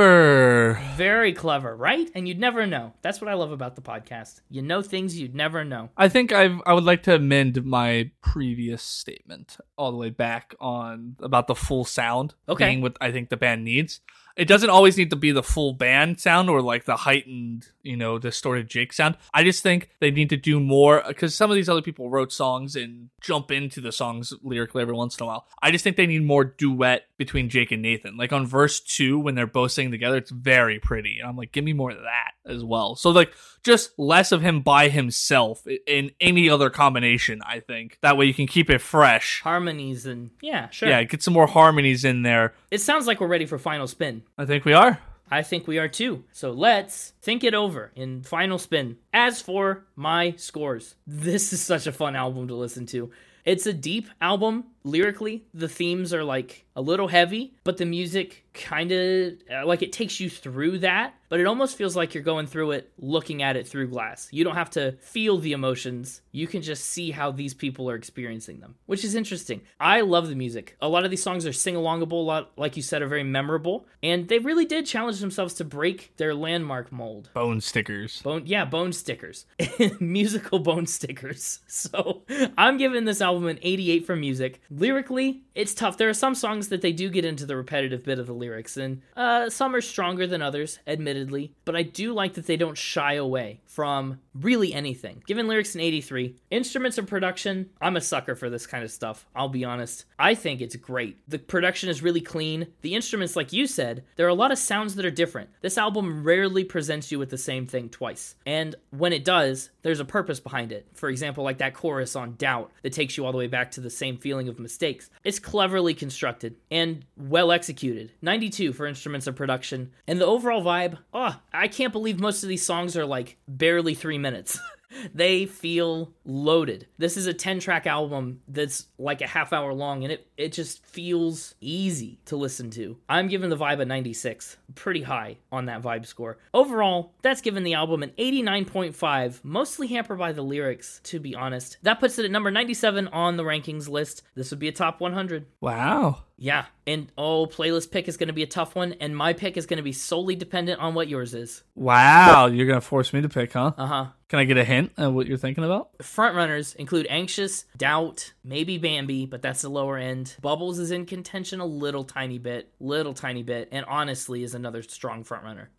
[SPEAKER 2] clever.
[SPEAKER 1] Very clever, right? And you'd never know. That's what I love about the podcast. You know things you'd never know.
[SPEAKER 2] I think I I would like to amend my previous statement all the way back on about the full sound
[SPEAKER 1] Okay.
[SPEAKER 2] being what I think the band needs. It doesn't always need to be the full band sound or like the heightened, you know, distorted Jake sound. I just think they need to do more because some of these other people wrote songs and jump into the songs lyrically every once in a while. I just think they need more duet between Jake and Nathan. Like on verse two, when they're both singing together, it's very pretty. And I'm like, give me more of that as well. So, like, just less of him by himself i- in any other combination, I think. That way you can keep it fresh.
[SPEAKER 1] Harmonies and yeah, sure.
[SPEAKER 2] Yeah, get some more harmonies in there.
[SPEAKER 1] It sounds like we're ready for final spin.
[SPEAKER 2] I think we are.
[SPEAKER 1] I think we are too. So let's think it over in final spin. As for my scores, this is such a fun album to listen to. It's a deep album lyrically. The themes are like a little heavy, but the music kind of like it takes you through that, but it almost feels like you're going through it looking at it through glass. You don't have to feel the emotions. You can just see how these people are experiencing them, which is interesting. I love the music. A lot of these songs are sing-alongable, a lot like you said are very memorable, and they really did challenge themselves to break their landmark mold.
[SPEAKER 2] Bone stickers.
[SPEAKER 1] Bone yeah, bone stickers. Musical bone stickers. So, I'm giving this album an 88 for music. Lyrically, it's tough. There are some songs that they do get into the repetitive bit of the lyrics, and uh, some are stronger than others, admittedly, but I do like that they don't shy away from really anything. Given lyrics in 83, instruments and production, I'm a sucker for this kind of stuff, I'll be honest. I think it's great. The production is really clean. The instruments, like you said, there are a lot of sounds that are different. This album rarely presents you with the same thing twice, and when it does, there's a purpose behind it. For example, like that chorus on Doubt that takes you all the way back to the same feeling of mistakes. It's cleverly constructed and well executed. 92 for instruments of production. And the overall vibe, oh, I can't believe most of these songs are like barely three minutes. they feel loaded. This is a 10 track album that's like a half hour long and it, it just feels easy to listen to. I'm giving the vibe a 96, pretty high on that vibe score. Overall, that's given the album an 89.5, mostly hampered by the lyrics, to be honest. That puts it at number 97 on the rankings list. This would be a top 100.
[SPEAKER 2] Wow.
[SPEAKER 1] Yeah. And oh, playlist pick is going to be a tough one, and my pick is going to be solely dependent on what yours is.
[SPEAKER 2] Wow. You're going to force me to pick, huh?
[SPEAKER 1] Uh huh.
[SPEAKER 2] Can I get a hint at what you're thinking about?
[SPEAKER 1] Front runners include Anxious, Doubt, maybe Bambi, but that's the lower end. Bubbles is in contention a little tiny bit, little tiny bit, and honestly is another strong front runner.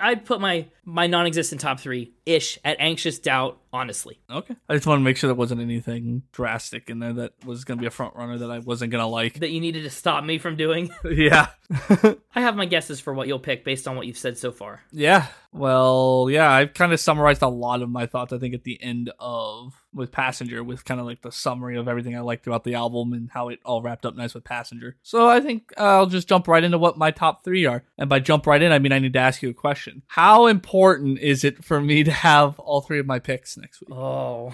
[SPEAKER 1] I'd put my my non-existent top three ish at Anxious, Doubt, honestly.
[SPEAKER 2] Okay. I just want to make sure there wasn't anything drastic in there that was going to be a front runner that I wasn't going to like.
[SPEAKER 1] That you needed to stop me from doing.
[SPEAKER 2] yeah.
[SPEAKER 1] I have my guesses for what you'll pick based on what you've said so far.
[SPEAKER 2] Yeah. Well, yeah, I've kind of summarized a lot of my thoughts, I think, at the end of with Passenger, with kind of like the summary of everything I liked throughout the album and how it all wrapped up nice with Passenger. So I think uh, I'll just jump right into what my top three are. And by jump right in, I mean I need to ask you a question. How important is it for me to have all three of my picks next week?
[SPEAKER 1] Oh,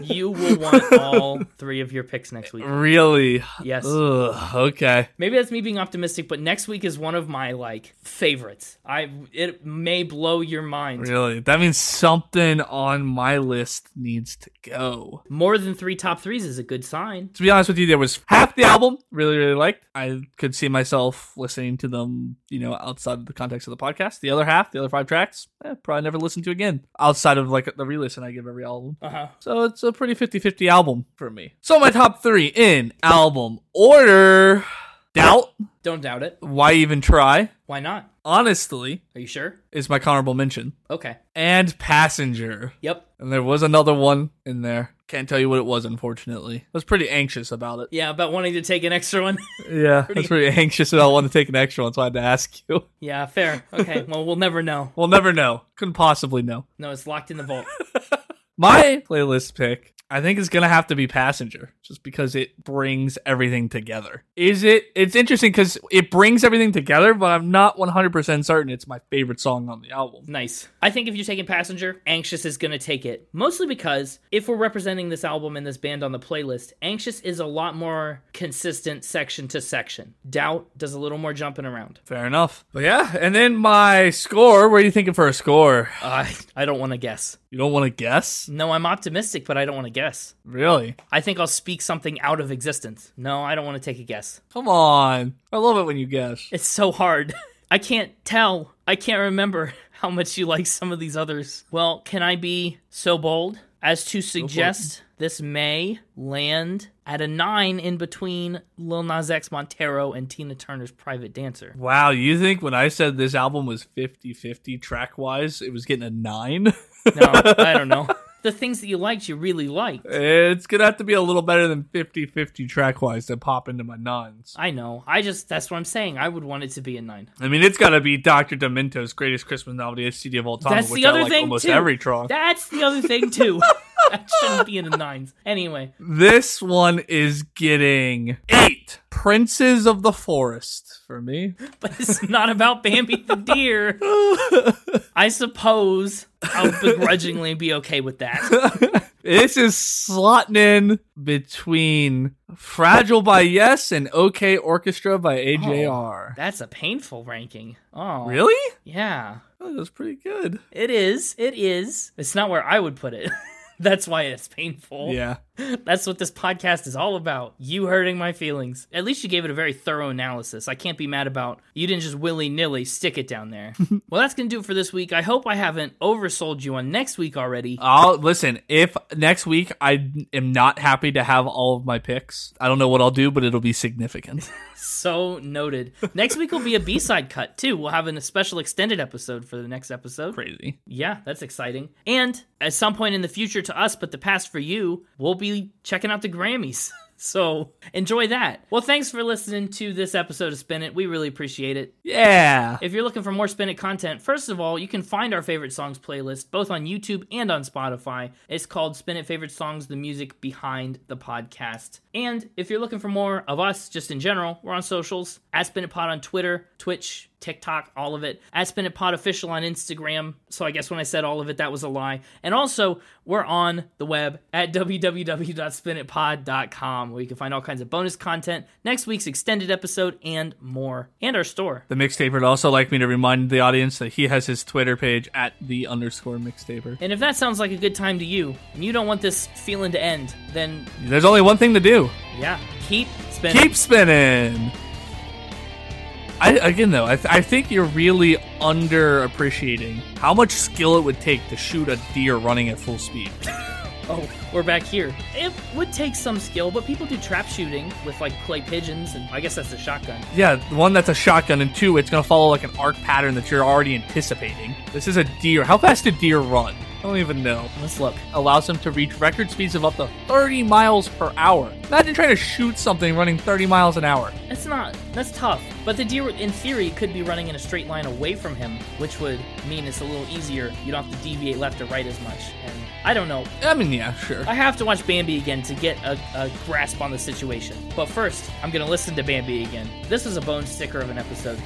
[SPEAKER 1] you will want all three of your picks next week.
[SPEAKER 2] Really?
[SPEAKER 1] Yes.
[SPEAKER 2] Uh. Ugh, okay.
[SPEAKER 1] Maybe that's me being optimistic, but next week is one of my like favorites. I it may blow your mind.
[SPEAKER 2] Really? That means something on my list needs to go.
[SPEAKER 1] More than three top threes is a good sign.
[SPEAKER 2] To be honest with you, there was half the album really, really liked. I could see myself listening to them, you know, outside of the context of the podcast. The other half, the other five tracks, eh, probably never listen to again outside of like the re listen I give every album.
[SPEAKER 1] Uh huh.
[SPEAKER 2] So it's a pretty 50 50 album for me. So my top three in album order Doubt,
[SPEAKER 1] Don't doubt it.
[SPEAKER 2] Why Even Try,
[SPEAKER 1] Why not?
[SPEAKER 2] Honestly,
[SPEAKER 1] Are you sure?
[SPEAKER 2] is my honorable mention,
[SPEAKER 1] Okay.
[SPEAKER 2] and Passenger.
[SPEAKER 1] Yep.
[SPEAKER 2] And there was another one in there. Can't tell you what it was, unfortunately. I was pretty anxious about it.
[SPEAKER 1] Yeah, about wanting to take an extra one.
[SPEAKER 2] Yeah, I was pretty anxious about wanting to take an extra one, so I had to ask you.
[SPEAKER 1] yeah, fair. Okay. Well, we'll never know.
[SPEAKER 2] We'll never know. Couldn't possibly know.
[SPEAKER 1] No, it's locked in the vault.
[SPEAKER 2] My playlist pick, I think, is gonna have to be Passenger, just because it brings everything together. Is it? It's interesting because it brings everything together, but I'm not 100% certain it's my favorite song on the album.
[SPEAKER 1] Nice. I think if you're taking Passenger, Anxious is going to take it. Mostly because if we're representing this album and this band on the playlist, Anxious is a lot more consistent section to section. Doubt does a little more jumping around.
[SPEAKER 2] Fair enough. But yeah, and then my score. What are you thinking for a score?
[SPEAKER 1] I I don't want to guess.
[SPEAKER 2] You don't want to guess,
[SPEAKER 1] No, I'm optimistic, but I don't want to guess.
[SPEAKER 2] really?
[SPEAKER 1] I think I'll speak something out of existence. No, I don't want to take a guess.
[SPEAKER 2] Come on. I love it when you guess.
[SPEAKER 1] It's so hard. I can't tell. I can't remember how much you like some of these others. Well, can I be so bold as to suggest this may land at a nine in between Lil Nas X Montero and Tina Turner's Private Dancer?
[SPEAKER 2] Wow, you think when I said this album was 50 50 track wise, it was getting a nine?
[SPEAKER 1] No, I don't know. The things that you liked, you really liked.
[SPEAKER 2] it's going to have to be a little better than 50 50 track wise to pop into my nines.
[SPEAKER 1] I know. I just, that's what I'm saying. I would want it to be a nine.
[SPEAKER 2] I mean, it's got to be Dr. Demento's greatest Christmas novelty CD of all time,
[SPEAKER 1] That's
[SPEAKER 2] which
[SPEAKER 1] the
[SPEAKER 2] I
[SPEAKER 1] other
[SPEAKER 2] like
[SPEAKER 1] thing,
[SPEAKER 2] almost
[SPEAKER 1] too.
[SPEAKER 2] every track.
[SPEAKER 1] That's the other thing, too. that shouldn't be in the nines. Anyway,
[SPEAKER 2] This one is getting eight Princes of the Forest for me.
[SPEAKER 1] but it's not about Bambi the deer. I suppose I'll begrudgingly be okay with that.
[SPEAKER 2] This is slotting in between Fragile by Yes and OK Orchestra by AJR.
[SPEAKER 1] That's a painful ranking. Oh,
[SPEAKER 2] Really?
[SPEAKER 1] Yeah,
[SPEAKER 2] Oh, that was pretty good.
[SPEAKER 1] it is. It is. It's not where I would put it. That's why it's painful.
[SPEAKER 2] Yeah.
[SPEAKER 1] That's what this podcast is all about. You hurting my feelings. At least you gave it a very thorough analysis. I can't be mad about you didn't just willy nilly stick it down there. well, that's going to do it for this week. I hope I haven't oversold you on next week already.
[SPEAKER 2] I'll listen. If next week I am not happy to have all of my picks, I don't know what I'll do, but it'll be significant.
[SPEAKER 1] So noted. Next week will be a B side cut, too. We'll have an- a special extended episode for the next episode.
[SPEAKER 2] Crazy.
[SPEAKER 1] Yeah, that's exciting. And at some point in the future to us, but the past for you, we'll be checking out the Grammys. So enjoy that. Well, thanks for listening to this episode of Spin It. We really appreciate it.
[SPEAKER 2] Yeah.
[SPEAKER 1] If you're looking for more Spin It content, first of all, you can find our favorite songs playlist both on YouTube and on Spotify. It's called Spin It Favorite Songs, the music behind the podcast. And if you're looking for more of us just in general, we're on socials at Spin It Pod on Twitter, Twitch, TikTok, all of it. At Spin It Pod Official on Instagram. So I guess when I said all of it, that was a lie. And also, we're on the web at www.spinitpod.com where you can find all kinds of bonus content, next week's extended episode, and more, and our store.
[SPEAKER 2] The mixtaper would also like me to remind the audience that he has his Twitter page at the underscore mixtaper.
[SPEAKER 1] And if that sounds like a good time to you, and you don't want this feeling to end, then
[SPEAKER 2] There's only one thing to do.
[SPEAKER 1] yeah, keep spinning.
[SPEAKER 2] Keep spinning. I, again, though, I, th- I think you're really underappreciating how much skill it would take to shoot a deer running at full speed.
[SPEAKER 1] Oh, we're back here. It would take some skill, but people do trap shooting with like clay pigeons, and I guess that's a shotgun.
[SPEAKER 2] Yeah, one that's a shotgun, and two, it's gonna follow like an arc pattern that you're already anticipating. This is a deer. How fast did deer run? I don't even know.
[SPEAKER 1] Let's look.
[SPEAKER 2] Allows them to reach record speeds of up to 30 miles per hour. Imagine trying to shoot something running 30 miles an hour.
[SPEAKER 1] That's not. That's tough. But the deer, in theory, could be running in a straight line away from him, which would mean it's a little easier. You don't have to deviate left or right as much. And I don't know.
[SPEAKER 2] I mean, yeah, sure.
[SPEAKER 1] I have to watch Bambi again to get a, a grasp on the situation. But first, I'm going to listen to Bambi again. This was a bone sticker of an episode.